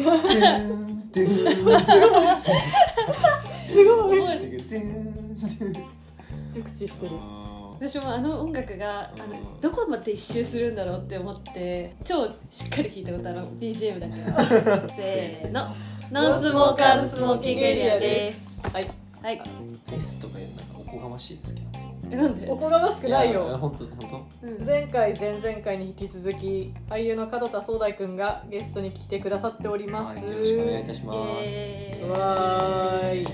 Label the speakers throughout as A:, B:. A: てるーんてるーんてるーんてる
B: すごい
A: ーんてる
B: 熟知してる
C: 私もあの音楽があ
A: う
C: の
A: ん
C: どこまで一周するんだろうって思って超しっかり聞いたことある BGM だ けせーのノンスモーカーズスモーキングエリアですはいはい
A: ですとか言うのなんかおこがましいですけどね
C: えなんで
B: おこがましくない
A: や
B: よ
A: 本当本
C: うん
B: 前回前々回に引き続き俳優の門田壮大くんがゲストに来てくださっており
A: 当
B: ま
A: は
B: す、
A: いよろしくお願いいたします
C: イエーイ
B: わーい
A: は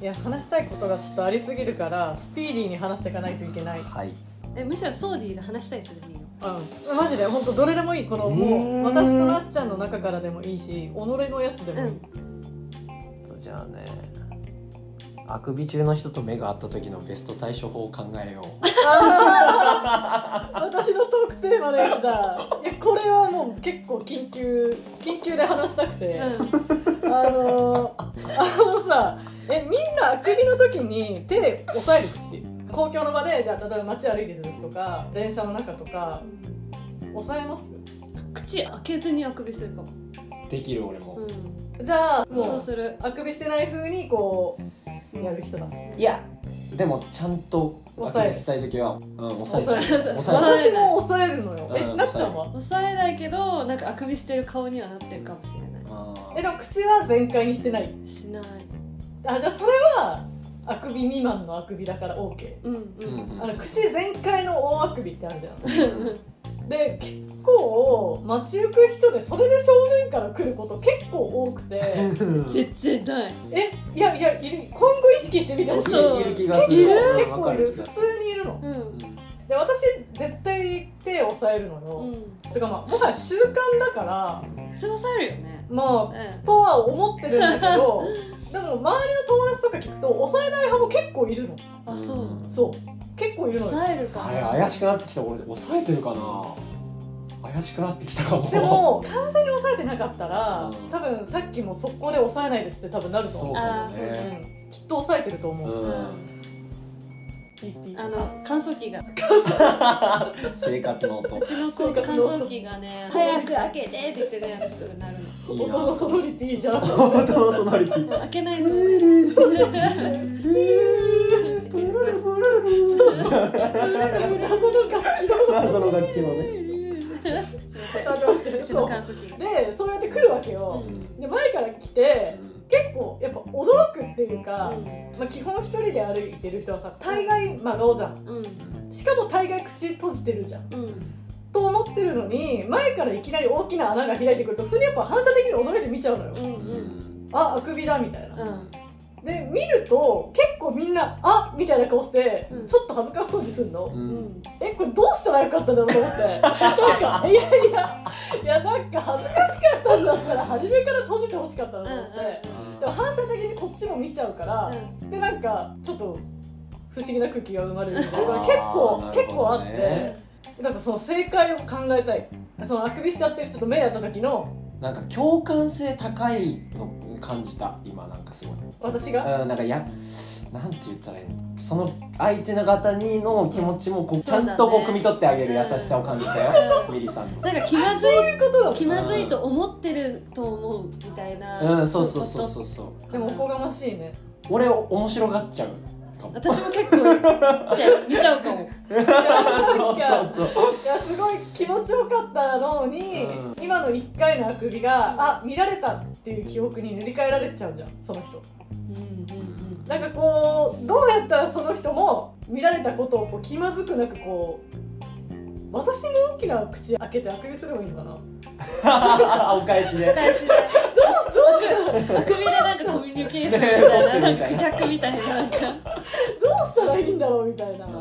A: い
B: や話したいことがちょっとありすぎるからスピーディーに話していかないといけない、うん、
A: い
C: えむしろソーディーが話したいそれでいいの
B: マジで本当どれでもいいこのもう
A: えー
B: 私となっちゃんの中からでもいいし己のやつでもいい、
C: うん
A: とじゃあねあくび中の人と目が合った時のベスト対処法を考えよう
B: あー 私のトークテーマのやつだいやこれはもう結構緊急緊急で話したくて、
C: う
B: あのー、あのさえみんなあくびの時に手押さえる口公共の場でじゃあ例えば街歩いてる時とか電車の中とか
C: ん
B: 押さえます
C: 口開けずにあくびするかも
A: できる俺も、
C: うん
B: じゃあ
C: そ
B: も
C: う
B: う
C: する
B: あくびしてない風にこうやる人だ
A: いやでもちゃんとあくびしたい時はうん抑えちゃう
C: 抑
A: 抑
C: える
A: え
B: 私も押さえるのよ
A: う
B: え
A: ん
B: なっちゃんは
C: 抑えないけどなんかあくびしてる顔にはなってるかもしれな
A: あ
B: えでも口は全開にしてない
C: いしない
B: あじゃあそれはあくび未満のあくびだから OK
C: うん
A: ー
C: うん
B: あの口全開の大あくびってあるじゃん
A: うん
B: で結構街行く人でそれで正面から来ること結構多くて
C: 絶対ない
B: えいやいやいる今後意識してみてほしい
C: そう
A: いる気が
B: 結
A: する
B: 構結
A: うんわ
B: 構
A: か
B: いる
A: る気
B: 普
A: がす
B: 通にいるの
C: うん
A: る
B: で私絶対手押さえるのよ、
C: う
B: てかまあもはや習慣だから
C: んそうされるよね
B: まあとは思ってるんだけ どでも周りの友達とか聞くと押さえない派も結構いるの
C: あそう
B: そう結構いるのよ
C: 抑えるか
A: あれ怪しくなってきた俺抑えてるかな怪しくなってきたかも
B: でも完全に押さえてなかったら
A: うん
B: 多分さっきも速攻で押さえないですって多分なると
A: そ
B: 思う
A: うかも
C: あ
A: ね
B: うんきっと抑えてると思う、
A: うん
B: ピッピッ
C: あの乾燥機がう
A: 生活の音
C: ちの子乾燥機がね早く開けてって言ってねあのすぐなるのも
A: いいな
B: 音のソノリティじゃん
A: 音のソノリティ
C: う開けないと
B: 謎の楽器の
A: 謎の楽器のね
B: あの待って
C: うちの
B: そう
C: 乾燥機が
B: でそうやって来るわけよ、で前から来て結構やっぱ驚くっていうか、まあ、基本一人で歩いてる人はさ大概真顔じゃん
C: うんうん
B: しかも大概口閉じてるじゃん
C: うん
B: と思ってるのに前からいきなり大きな穴が開いてくると普通にやっぱ反射的に驚いて見ちゃうのよ、
C: うんうん
B: ああくびだみたいな、
C: うん
B: で見ると結構みんな「あみたいな顔して、
C: うん
B: ちょっと恥ずかしそうにすんの、
C: うん
B: えこれどうしたらよかったんだろうと思ってなんかいやいやいやなんか恥ずかしかったんだったら初めから閉じてほしかったなと思って、でも反射的にこっちも見ちゃうから、でなんかちょっと不思議な空気が生まれるみたいな
A: あーな
B: 結構、
A: るほどね
B: 結構あってなんかその正解を考えたいそのあくびしちゃってる人と目やった時の
A: なんか共感性高いの感じた今なんかすごい
B: 私が、
A: うんなんかやなんて言ったらいいのその相手の方にの気持ちもこうちゃんとこう汲み取ってあげる優しさを感じたよ、ミリさんの。
C: なんか気まず
B: そう
C: い
B: いうことなの
C: 気まずいと思ってると思うみたいな
A: うん、そうそうそうそううそう。
B: でもおこがましいね
A: 俺面白がっちゃうかも。
C: 私も結構って見ちゃうかも
A: そうそうそう。
B: いやすごい気持ちよかったろうに、
A: う
B: 今の1回のあくびがあ見られたっていう記憶に塗り替えられちゃうじゃんその人
C: うんうん
B: なんかこうどうやったらその人も見られたことをこう気まずくなくこう私も大きな口開けてあくびすればいいのかな
A: お返し
C: うん
A: で。
C: 返しであくびでなんかコミュニケーションみたいななんかクジャクみたいななんか
B: どうしたらいいんだろうみたいな、
C: あん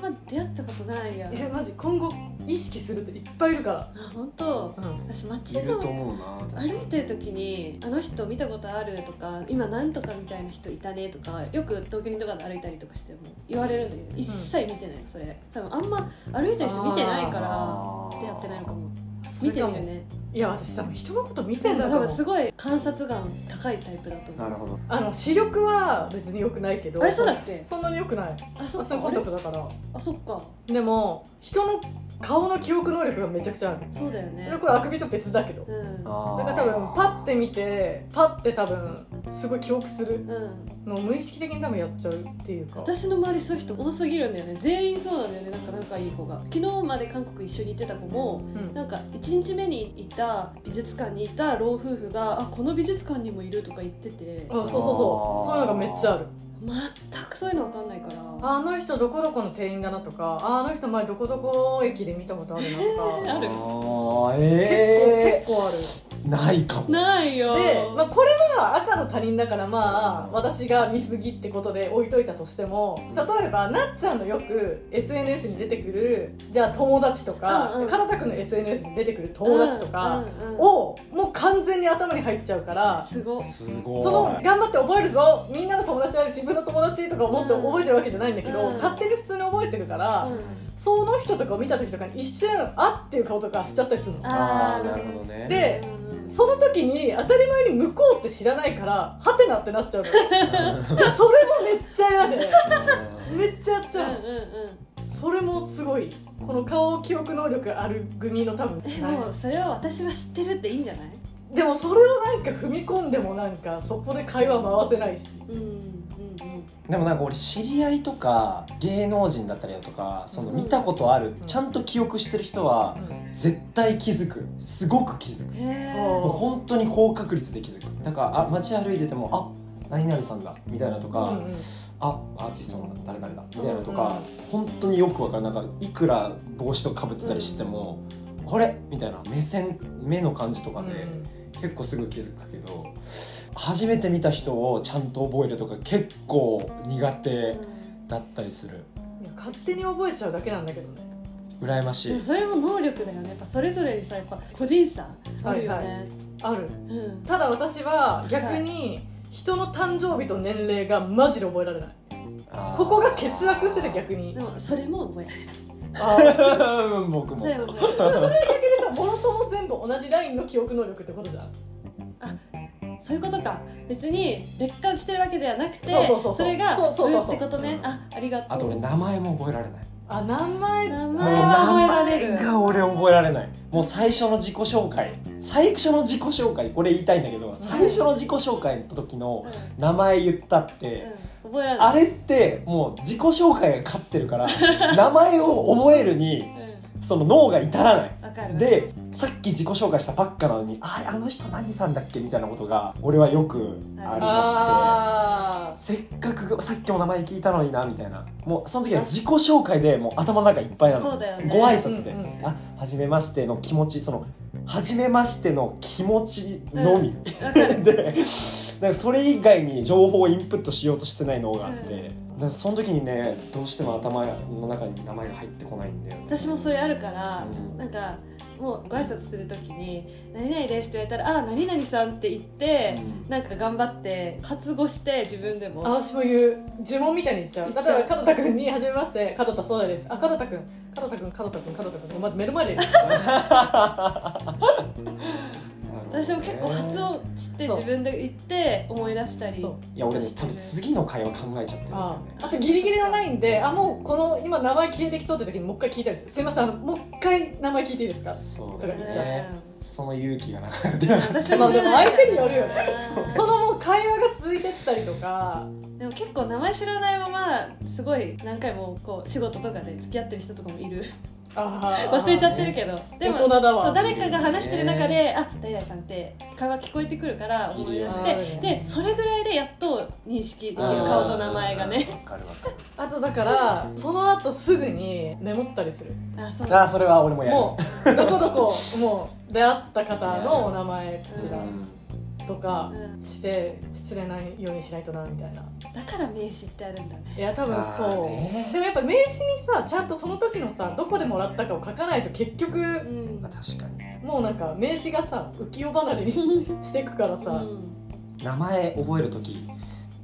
C: ま出会ったことないや
B: えマジ今後意識するといっぱいいるから、
C: あ本当私
A: い
C: 街
A: ると
C: の
A: 思うな。確かに
C: 歩いてる時にあの人見たことあるとか今なんとかみたいな人いたねとかよく東京にとかで歩いたりとかしても言われるんだけど一切見てないそれ多分あんま歩いてる人見てないから出会ってないのかも
B: それ
C: 見て
B: か
C: み
B: も
C: るね
B: いや私多分人のこと見て
C: なん
B: んだ
C: か
B: と
C: 多
B: 思
C: 分
B: う
C: すごい観察眼高いタイプだと思
A: な
C: う
A: るほど。
B: あの視力は別に良くないけど
C: あれそうだっけ
B: そんなに良くない
C: あそ
B: あ
C: っ
B: そ
C: か
B: うコンタクトだから
C: あそっか
B: でも人の顔の記憶能力がめちゃくちゃある
C: そうだよね
B: でこれあくびと別だけど
C: うん
A: あ
B: だ
A: ー
B: から多分パッて見てパッて多分すごい記憶する
C: うん
B: のを無意識的に多分やっちゃうっていうか
C: 私の周りそういう人多すぎるんだよね全員そうなんだよねなんか仲いい子が昨日まで韓国一緒に行ってた子も
B: うん
C: なんか1日目にいた美術館にいた老夫婦が「あこの美術館にもいる」とか言ってて
B: あそうそうそうそういうのがめっちゃある
C: 全くそういうの分かんないからあ
B: あの人どこどこの店員だなとかああの人前どこどこ駅で見たことあるなとか
C: ある
A: あー
B: 結
A: え
B: 構結構ある
A: ー、ないかも
C: ないよ
B: で、まあ、これは赤の他人だからまあ私が見過ぎってことで置いといたとしても例えばなっちゃんのよく SNS に出てくるじゃあ友達とか、
C: うんうん
B: かなたくんの SNS に出てくる友達と
C: う
B: か
C: んうんうん
B: をもう完全に頭に入っちゃうから。
C: すごい
A: すごい
B: その頑張って覚えるぞみんなの友達は自分の友達とか思って覚えてるわけじゃないんだけど、
C: うん
B: 勝手に普通に覚えてるから、
C: うん
B: その人とかを見た時とかに一瞬あっていう顔とかしちゃったりするの
A: あ
C: ー
A: ーなるほどね
B: で
C: うんうん
B: その時に当たり前に向こうって知らないからハテナってなっちゃうのでそれもめっちゃ嫌でめっちゃやっちゃう
C: うんうんうん
B: それもすごいこの顔記憶能力ある組の多分
C: え
B: ない
C: もうそれは私は知ってるっていいんじゃない
B: でもそれをなんか踏み込んでもなんかそこで会話回せないし
C: うんうん
A: でもなんか俺知り合いとか芸能人だったりだとかその見たことある、
B: ん
A: ちゃんと記憶してる人は絶対気づくすごく気づく
C: うんへ
B: あ
A: もう
B: ー
C: ー
A: 本当に高確率で気づくだからあ街歩いててもあ何々さんだみたいなとか、
B: うんうん
A: あアーティストの誰々だみたいなとか、本当によくわからないなんかいくら帽子とかぶってたりしても、これみたいな目線目の感じとかで、結構すぐ気づくけど初めて見た人をちゃんと覚えるとか結構苦手だったりする
B: いや勝手に覚えちゃうだけなんだけどね
A: 羨ま
C: で
A: し
C: も
A: い
C: それも能力だよねやっぱそれぞれにさやっぱ個人差あるよ
B: はい
C: ね
B: ある
C: うん
B: ただ私は逆に人の誕生日と年齢がマジで覚えられない
A: あー
B: ここが欠落してて逆に
C: でもそれも覚えられない
B: あー
A: うん 僕も
C: それも覚えられ
B: 逆にさボロとも全部同じラインの記憶能力ってことじゃん
C: ないそういうことか別に劣化してるわけではなくて
B: そうそうそうそう
C: れが
B: そうそうそうそ
C: 普通
B: う
C: ってことねあありがと う
A: あと俺名前も覚えられない
B: あ名前
C: 名
A: もう
C: 前は
A: 名
C: 覚えられ
A: 前
C: る
A: が俺覚えられないもう最初の自己紹介最初の自己紹介これ言いたいんだけど最初の自己紹介の時の
C: うん
A: 名前言ったって
C: うん覚えられない
A: あれってもう自己紹介が勝ってるから名前を覚えるに
C: う
A: その脳が至らない
C: んわかる
A: でさっき自己紹介したばっかなのに「ああの人何さんだっけ?」みたいなことが俺はよくありま
B: あ
A: してせっかくさっきお名前聞いたのになみたいなもうその時は自己紹介でもう頭の中いっぱいなの
C: そうだよね
A: ご挨拶で
B: うんう
A: 「あはじめまして」の気持ちその「はじめまして」の気持ちのみ、
C: わか る
A: でなんかそれ以外に情報をインプットしようとしてない脳があって、
C: うん
A: なんかその時にねどうしても頭の中に名前が入ってこないんだよね
C: 私もそれあるから
A: うん
C: なんかもうご挨拶するときに「何々です」って言われたら「ああ何々さん」って言って
A: うん
C: なんか頑張って発語して自分でも「
B: 私も言う呪文みたいに言っちゃう例
C: 言
B: え
C: っちゃ
B: ば角
C: う
B: 田君に「はじめまして角田そうです」あ角田君角田君角田君角田君まず目の前 で言う
C: 私も結構発音して
B: そう
C: 自分で言って思い出したり
B: そう
A: いや俺ね多分次の会話考えちゃってるんだよ
B: あ
A: ね
B: あとギリギリのラインであもうこの今名前消えてきそうって時にもう一回聞いたりするすいませんあのもう一回名前聞いていいですか
A: そうだよ
C: うん
A: ねその勇気がなかなか出なかった
C: 私
B: まあでも相手によるよね
C: そう
B: そのもう会話が続いてったりとか
C: でも結構名前知らないまますごい何回もこう仕事とかで付き合ってる人とかもいる忘
B: 忘
C: れちゃってるけどで
B: 大
C: も
B: 人だ
C: そう
B: わ
C: 誰かが話してる中で「あ誰々さん」って会話聞こえてくるから思い出し
B: いる
C: て
B: よね
C: でそれぐらいでやっと認識できる顔と名前がね
A: わかるわかる
B: あとだからその後すぐにメモったりする
C: あそう
A: ああそれは俺もやる
B: もうどこどこもう出会った方のお名前こち
A: う
B: ら
A: ん
B: とか
C: うん
B: して失礼ないようにしないとなみたいな
C: だから名刺ってあるんだね
B: いや多分
A: あ
B: そ
A: ーね
B: うでもやっぱ名刺にさちゃんとその時のさどこでもらったかを書かないと結
C: う
B: 局
C: ん
A: まあ確かに
B: もうなんか名刺がさ浮世離れに していくから
C: う
B: さ
C: ん
A: 名前覚える時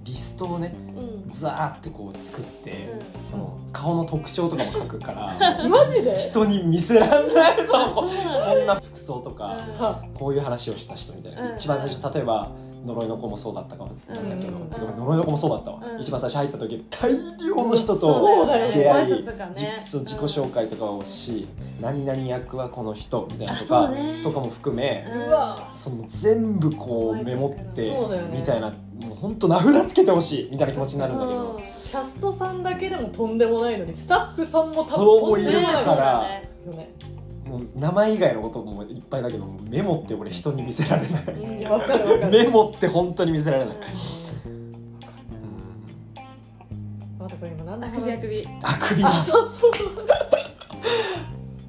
A: リストをね
C: うん
A: ザーってこう作って、
C: うん
A: その顔の特徴とかも書くから
B: マジで
A: 人に見せらんないそ
C: あ
A: う
C: そうなん
A: こ
C: だ
A: んな服装とか、
C: うん
B: は
A: こういう話をした人みたいな、
C: うん
A: 一番最初例えば呪いの子もそうだったかもだけど、
B: うんうん
A: てか呪いの子もそうだったわ、
C: うん
A: 一番最初入った時大量の人と
B: そうだよ
A: 出
B: ね
A: 会い、
C: ご挨拶がね
A: じそう自己紹介とかをし、何々役はこの人みたいなとか、
C: あそうね
A: とかも含め、
C: うん
B: うわ
A: その全部こうメモっ
C: そう
A: て
B: だよね
A: みたいなもう本当名札つけてほしいみたいな気持ちになるんだけど、
B: キャストさんだけでもとんでもないのにスタッフさんも
A: そう
B: とんでもない
A: いるから
B: よね
A: もう名前以外のこともいっぱいだけどもメモって俺人に見せられない
C: うん
B: いやわかるわかる
A: メモって本当に見せられない、
B: またこれ今何の
C: あ
B: 話
C: くびあく
A: あく
C: び
A: び
B: あそうそう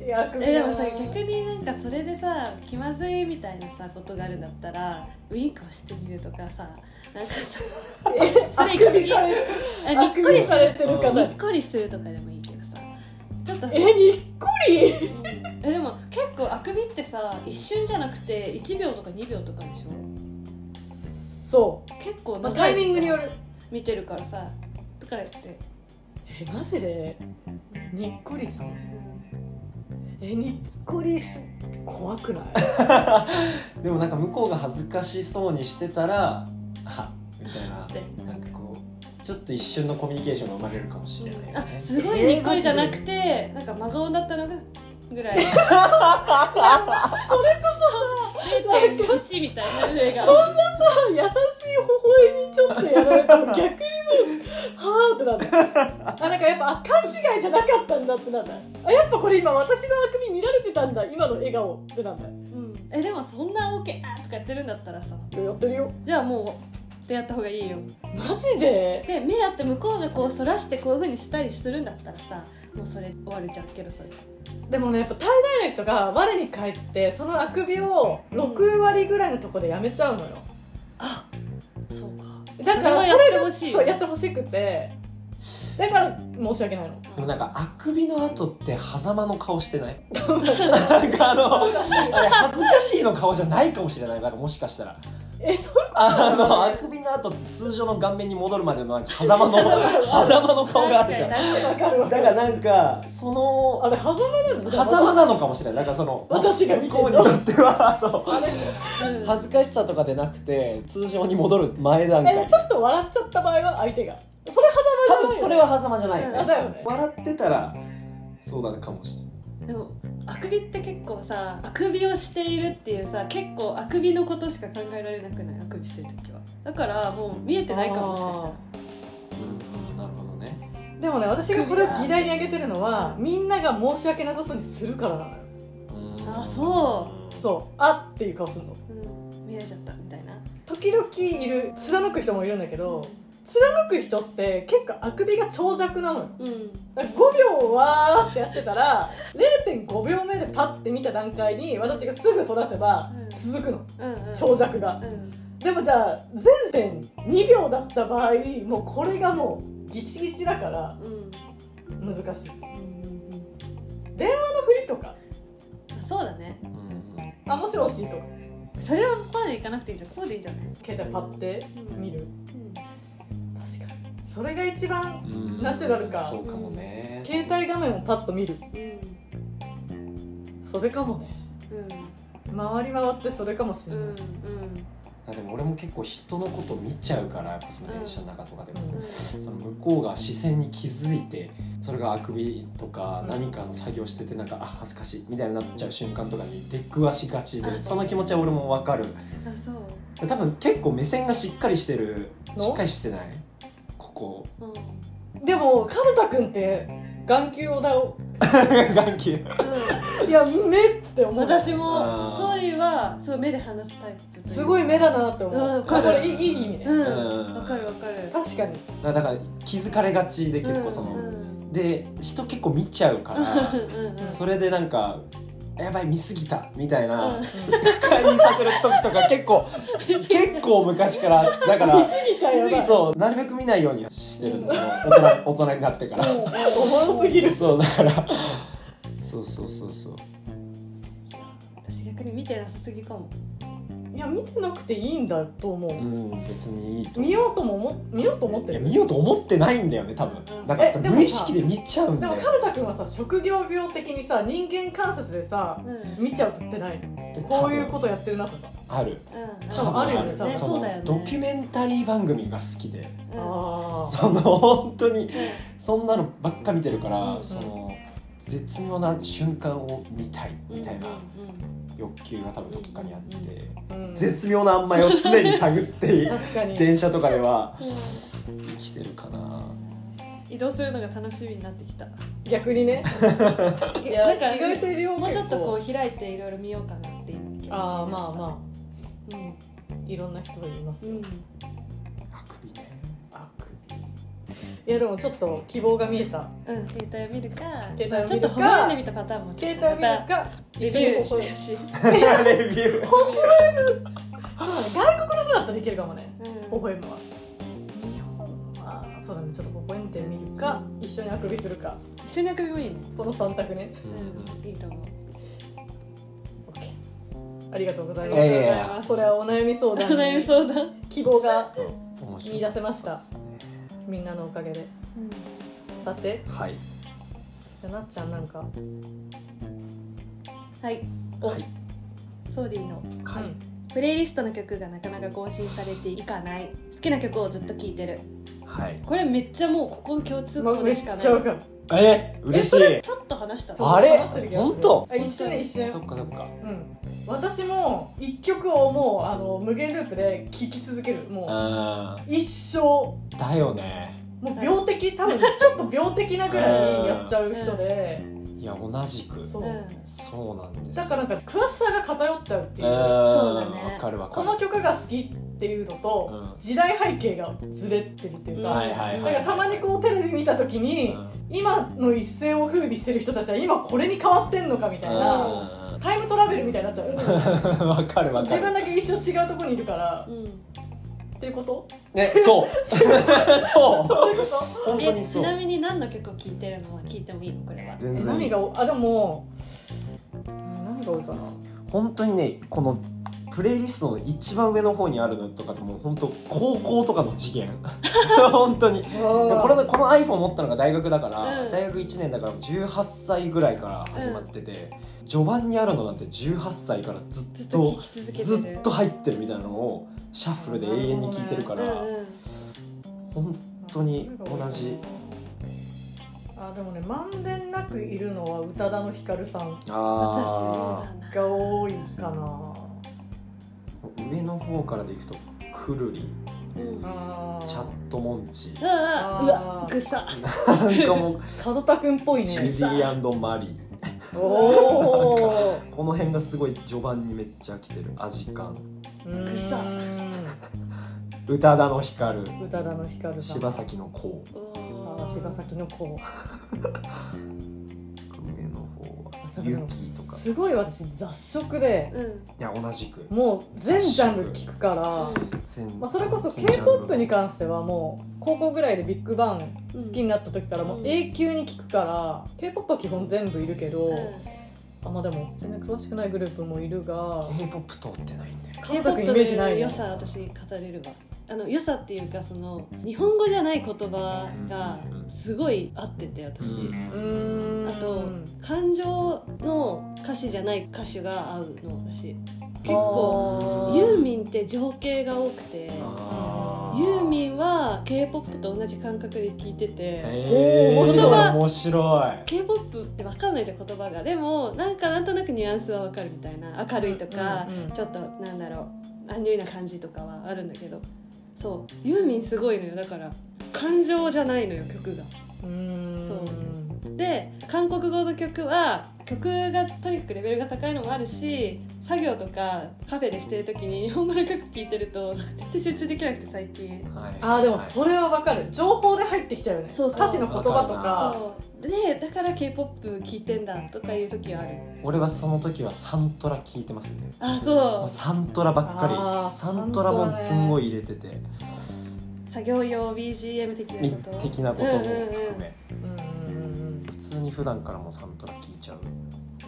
B: いやあくび
C: えでもさ逆になんかそれでさ気まずいみたいなさことがあるんだったらウインクをしてみるとかさなんかさ
B: え
C: そ
B: あ
C: れ
B: くびされ
C: あに
B: あ
C: っ
B: く
C: こり
B: び
C: す
B: さ
C: る
B: れてる方
C: にっこりするとかでもいいけどさちょっとさ
B: えにっこり
C: うんえでも結構あくびってさ一瞬じゃなくて1秒とか2秒とかでしょ
B: そ
C: 結構
B: う、ま
C: 長
B: あ、
C: い
B: タイミングによる
C: 見てるからさとかやって
B: えマジでにっこりさん
C: うん
B: えにっこりす怖くない
A: でもなんか向こうが恥ずかしそうにしてたらあみたいな
C: って
A: なんかこうちょっと一瞬のコミュニケーションが生まれるかもしれないよ
C: あ
A: ね、
C: すごいにっこりじゃなくてなんか真顔だったのが ぐらい
B: な んか
C: 0.1みたいな上が
B: 優しい微笑みちょっとやられたら逆にもうはーってなるあなんかやっぱあ勘違いじゃなかったんだってなんだあやっぱこれ今私のあくび見られてたんだ今の笑顔ってなんだ
C: うんえでもそんな OK あーとかやってるんだったらさ
B: やってるよ
C: じゃあもうってやった方がいいよ
B: マジで
C: で目あって向こうがこう反らしてこういうふうにしたりするんだったらさもうそれ終われちゃうけどそれ
B: でもねやっぱ大概の人が我に返ってそのあくびを6割ぐらいのとこでやめちゃうのよ
C: あそうか
B: だから
C: そ
B: そ
C: れは
B: れ
C: やってほ
B: が
C: しい
B: そうやってほしくてだから申し訳ないの
A: でもなんかあくびの後って狭間の顔してないなんかあの あれ恥ずかしいの顔じゃないかもしれないなんかもしかしたら
B: えそう
A: あのあくびの後って通常の顔面に戻るまでのなんか狭 間の狭間の顔があるじゃんだ
C: 確かに
B: わかるわか
A: か
B: る
A: らなんかそ
B: あ
A: の
B: れ狭間なの
A: 狭間なのかもしれないだからその
B: 私が見
A: 向
B: てる
A: こうにとってはそう
B: あれ
C: 確かにうん
A: 恥ずかしさとかでなくて通常に戻る前段
B: え
A: 階
B: ちょっと笑っちゃった場合は相手がそれ
A: 多
B: 狭間
A: 分
B: じゃ
A: それ
B: ないよね
A: は狭間じゃないよ
B: あ
A: ね
B: だよね
A: 笑ってたらそうだねかもしれない
C: でもあくびって結構さあくびをしているっていうさ結構あくびのことしか考えられなくないあくびしてる時はだからもう見えてないかもしかしたら
A: うんなるほどね
B: でもね私がこれを議題に挙げてるのはみんなが申し訳なさそうにするからなのよ
A: うん
C: あそ
B: そうあっていう顔するの
C: うん、見えちゃったみたいな
B: 時々いる貫く人もいるんだけど貫く人って結構あくびが長尺なのよ
C: うん
B: だから5秒わーってやってたら0.5秒目でパッて見た段階に私がすぐそらせば続くの
C: うんうん
B: 長尺が
C: うん
B: でもじゃあ全編2秒だった場合もうこれがもうギチギチだから
C: うん
B: 難しい
C: うんうんう
B: あ
C: ん
B: の振りとか
C: あそうだね
A: うんうん
B: あもしもしとか
C: それはパーでいかなくていいじゃんこうでいいじゃない、
B: 携帯パッて見る
C: うん、
B: 確かにそれが一番
A: うん
B: ナチュラルか
A: そうかもね
B: 携帯画面をパッと見る
C: うん
B: それかもね回り回ってそれかもし
C: うん
B: れない、
C: うんうん
A: あでも俺も結構人のこと見ちゃうからやっぱその電車の中とかでも、
B: うん
A: その向こうが視線に気づいてそれがあくびとか
B: うん
A: 何かの作業しててなんかあ恥ずかしいみたいになっちゃう瞬間とかに出くわしがち
C: あそ
A: で
C: う
A: その気持ちは俺も分かる
C: あそう
A: 多分結構目線がしっかりしてる
B: の
A: しっかりしてないこ こ
C: うんうん
B: でも和太くんって眼球をだよ
A: 眼球
B: いや目って思う
C: 私
A: あ
C: も
A: ー
C: ソーリーはそう目で話すタイプとう
B: すごい目だなって思う、
C: うんわ
B: こ
C: かる
B: れいいいい意味ね、
C: うん
A: うん
C: わかるわかる
B: 確かに
A: だから気づかれがちで結構その、
C: うんうん
A: で人結構見ちゃうか
C: う
A: ら
C: んうんうん
A: それでなんかやばい見すぎたみたいな、
C: うん
A: 不快にさせる時とか結 構結構昔からだか
B: 見
A: ら
B: すぎたやばい
A: そうなるべく見ないようにしてるんですよ大人大人になって から
B: おもろすぎる
A: そうだからそうそうそうそう
C: 私逆に見てなさすぎかも
B: いや見てなくていいんだと思う、
A: うん別にいいと
B: 見ようとも思見ようと思って
A: いや
B: る
A: 見ようと思ってないんだよね多
C: う
A: 分
C: ん
A: なんか
B: えでもさ
A: 無意識で見ちゃうん
B: で
A: だ
B: も
A: よ
B: 和太君はさ職業病的にさ人間観察でさ
C: うん
B: 見ちゃうとってないの
A: で
B: こういう
A: 多分
B: ことやってるなとか
A: ある
C: うん
B: 多分あるよね
A: 多分
B: ね
A: そ
C: そうだよ
A: の
C: ね
A: ドキュメンタリー番組が好きで
C: うん
B: あ
A: その本当に
C: で
A: そんなのばっか見てるか
B: うん
A: ら、
B: うん
A: その絶妙な瞬間を見たいみたいな
C: うんうん
A: 欲求が多分どっかにあって、
C: うんうん
B: あ、うん
A: 絶妙な塩梅を常に探って
B: 確かに
A: 電車とかでは
C: うん
A: 生きてるかな
C: 移動するのが楽しみになってきた
B: 逆にねいや
C: なんか
B: 意外といるよ
C: もうちょっとこ
B: 結
C: う開いていろいろ見ようかなっていう気持ち
B: 構
C: になった
B: ああまあま
C: うんうん
B: あいろんな人がいますよ、
A: あくびね
B: あくびいやでもちょっと希望が見えた
C: うん携帯を見るか
B: 携帯を見るか
C: ちょっと微笑んでみたパターンも
B: 携帯を見るか
C: レ
B: 一緒
C: ビュ
B: に
C: ーして
B: 微笑
C: ほしい、
A: レビュー
B: むそうだね外国の人だったらできるかもね微
C: うん、
B: 笑むは日本はそうだねちょっと微笑んでみるか一緒にあくびするか
C: 一緒にあくびもいいね、
B: この三択ね
C: うん、いいと思う
B: OK ありがとうござい
C: あり
B: ま
C: が
A: いやい
B: す
A: やいや
B: これはお悩み相
C: お
B: 談
C: 悩み
B: に
C: 相談、
B: 希望が
A: 面白
B: 見
A: い
B: 出せました
A: ですね
B: みんなのおかげで
C: うん
B: さて
A: はい
B: じゃあなっちゃんなんか
C: はいお
A: はい
C: ソーリーの
A: はい、
B: うん
C: プレイリストの曲がなかなか更新されていかない好きな曲をずっと聴いてる
A: はい
C: これめっちゃもうここの共通
B: まあ
C: 項
B: めっ
C: でし
B: ち
C: か
B: ゃ
C: ない
B: 分かる
A: え嬉しい
C: ちょっと話した
A: あれ
B: 話せる気がする
A: 本当
B: あ一緒ね一緒
A: そっかそっか
B: うん私も一曲をもうあの無限ループで聴き続ける
A: う
B: もう一生
A: んだよね
B: もう病的 多分ちょっと病的なぐらいやっちゃう人で、
A: いや同じく
B: そううん
A: そうなんです
B: だからなんか詳しさが偏っちゃうっていう、
C: そうだ
A: ん
C: ね
A: わかるわか
B: こ
A: る
B: の曲が好きっていうのと、
A: うん
B: 時代背景がずれてるっていうか、
A: はいはいは
B: ないんかたまにこうテレビ見た時
A: うん
B: に、
A: うん
B: 今の一世を風靡してる人たちは今これに変わってんのかみたいな、タイムトラベルみたいになっちゃうよね
A: わかるわか
B: 自分
A: る
B: だけ一生違うところにいるから
C: うん
B: っていうこと
A: ねそう そう
B: そういうこと
A: 本当
C: え
A: にそ
C: ち
A: う
C: なみに何の曲を聴いてるのは聞いてもいいのこれは
A: 全
B: え何
A: 然
B: があでも何が多いかな
A: 本当にねこのプレイリストの一番上の方にあるのとかってもう本当高校とかの次元 本当にこれのこの iPhone 持ったのが大学だから、
C: うん
A: 大学1年だから18歳ぐらいから始まってて、序盤にあるのなんて18歳からず
C: ず
A: っ
C: っと
A: と
C: 聴き続けてる
A: ずっと入ってるみたいなのをシャッフルで永遠に聴いてるか
C: うん
A: ら、
C: うん
A: 本当に同じ
B: あでもねまんべんなくいるのは宇多田のヒカルさん
A: あ
C: 私
B: が多いかな
A: ー上の方からでいくとくるり
C: うんあ
B: あ
A: チャットモン チ
C: あう
B: あ
C: わ
B: ー
C: ぐさ
A: なんかもう
B: 門田君っぽい
A: ジュデ
B: ね
A: ィマリー
B: おお
A: この辺がすごい序盤にめっちゃ来てるアジカン
C: さ
A: 宇多田の光る
B: 宇多田のヒカルさん
A: 柴咲の子
B: あー柴咲の子
A: 上の方はユッキーとか
B: すごい私雑食で
C: うんうん
A: いや同じく
B: もう全ジャンル聞くから、
A: 全
B: まあ、それこそ k p o p に関してはもう高校ぐらいでビッグバン
C: うん
B: 好きになった時からもう永久に聞くから k p o p は基本全部いるけど、
C: う
B: あまあでも全然詳しくないグループもいるが
A: K-POP 通ってないんだよ
C: ん
B: 家族イメージない
C: K-POP の
B: よ
C: 良さ私語れるわあの良さっていうかその日本語じゃない言葉がすごい合ってて私、
B: うーん
C: あと感情の歌詞じゃない歌手が合うの私結構
A: あ
C: ユー
B: ン
C: ミンって情景が多くてユ
A: あ
C: ーミ
A: ン
C: ンは k p o p と同じ感覚で聴いてて
A: へ
B: 面
C: 白い
A: ー面白
C: k p o p って分かんないじゃん言葉がでもなんかなんとなくニュアンスは分かるみたいな明るいとか、
B: うんうんうん
C: ちょっとなんだろうアンニュイな感じとかはあるんだけどそうユーミンすごいのよだから感情じゃないのよ曲が
B: うーん
C: そうで韓国語の曲は曲がとにかくレベルが高いのもあるし作業とかカフェでしてる時に日 本語の曲聴いてると全然集中できなくて最近
A: いはい
B: あーでもそれはわかる情報で入ってきちゃうよね
C: そう
B: 歌詞の言葉とか
C: そうでだから k p o p 聴いてんだとかいう時はある
A: 俺はその時はサントラ聞いてますね
C: あ
A: も
C: そうう
A: サントラばっか
B: あー
A: りサントラもすんごい入れてて
C: 作業用 BGM 的なこと
A: 的なことも含
C: うんうんうん
A: め
B: うんうん
A: 普通に普段からもうサントラ聞いちゃう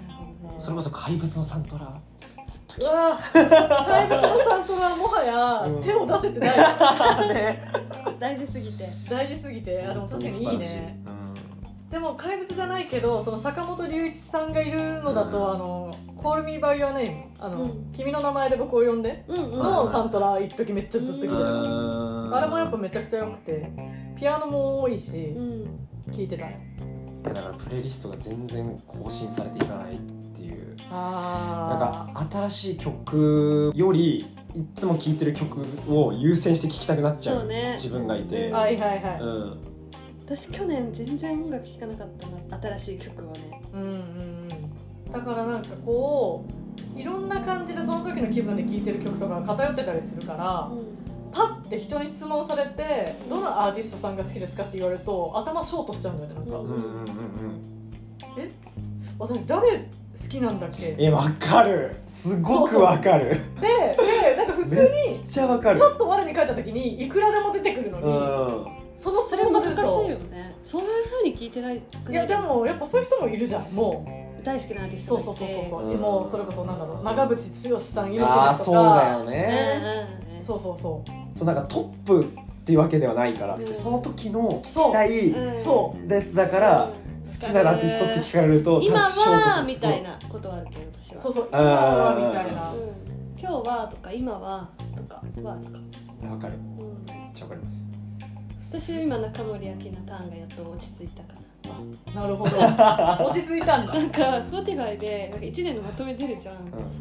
C: なるほどね
A: それこそ怪物のサントラずっと
B: うわー怪物のサントラも
A: う
B: はや
A: ん
B: 手を出せてない
A: 聞いてたね
C: 大事すぎて
B: 大事すぎてあでも確かにいいね
A: うん
B: でも怪物じゃないけどその坂本龍一さんがいるのだと「あの Call Me by Your Name」あの、
C: うん
B: 君の名前で僕を呼んで」
C: うんうん
B: のサントラ一時めっちゃずっと聴いてた
C: う
B: あ
A: あ
B: れもやっぱめちゃくちゃ良くてピアノも多いし
C: うん
B: 聴いてた
A: だからプレイリストが全然更新されていかないっていうなん
B: あ
A: か新しい曲よりいつも聴いてる曲を優先して聴きたくなっちゃ
C: そううね
A: 自分がいて、
C: う
A: うんん
B: はいはいはい、
C: 私去年全然音楽聴かなかったな新しい曲はね
B: うんうんうんだからなんかこういろんな感じでその時の気分で聴いてる曲とかが偏ってたりするから、パッて人に質問されて「どのアーティストさんが好きですか?」って言われると頭ショートしちゃうんだよねなんか、
A: うんうんうんうん
B: 私誰好きなんだっけで
A: えわかるすごくわかる
B: でなんか普通に
A: めっちゃわかる
B: ちょっと我に返った時にいくらでも出てくるのに、
A: う
B: その
C: そ
B: 質
C: れ
B: 問
C: 難
B: されると
C: しいよねそういうふうに聴いてない
B: いやでもやっぱそういう人もいるじゃんも
C: 大好きなアーティ
B: う
C: ス
B: そ
C: ト
B: うそうそうそうそう
A: うん
B: もうそれこそなんだろう長渕剛さん
A: ん
B: 命ですと
A: あ
B: か
A: あそうだよ
C: う
A: ね
C: んうん
B: そうそうそ
A: そうなんかトップっていうわけではないから、
C: うん
A: その時の聴きたい
C: うん
B: うそう
A: やつだから、好きなアーティストって聞かれると
C: 今
A: 確かショート
C: は
A: さ
C: み
A: す
C: た
A: ごい
C: いなことはあるけど私は
B: そうそう今
A: あ
B: は
A: ー
B: みたいな
C: うん今日はとか今はとかはあるかもしれない
A: わかるめ
C: うん
A: っちゃわかります
C: 私は今中森明菜ターンがやっと落ち着いたか
B: なるほ ど落ち着いたんだ
C: ななんか Spotify でなんか1年のまとめ出るじゃん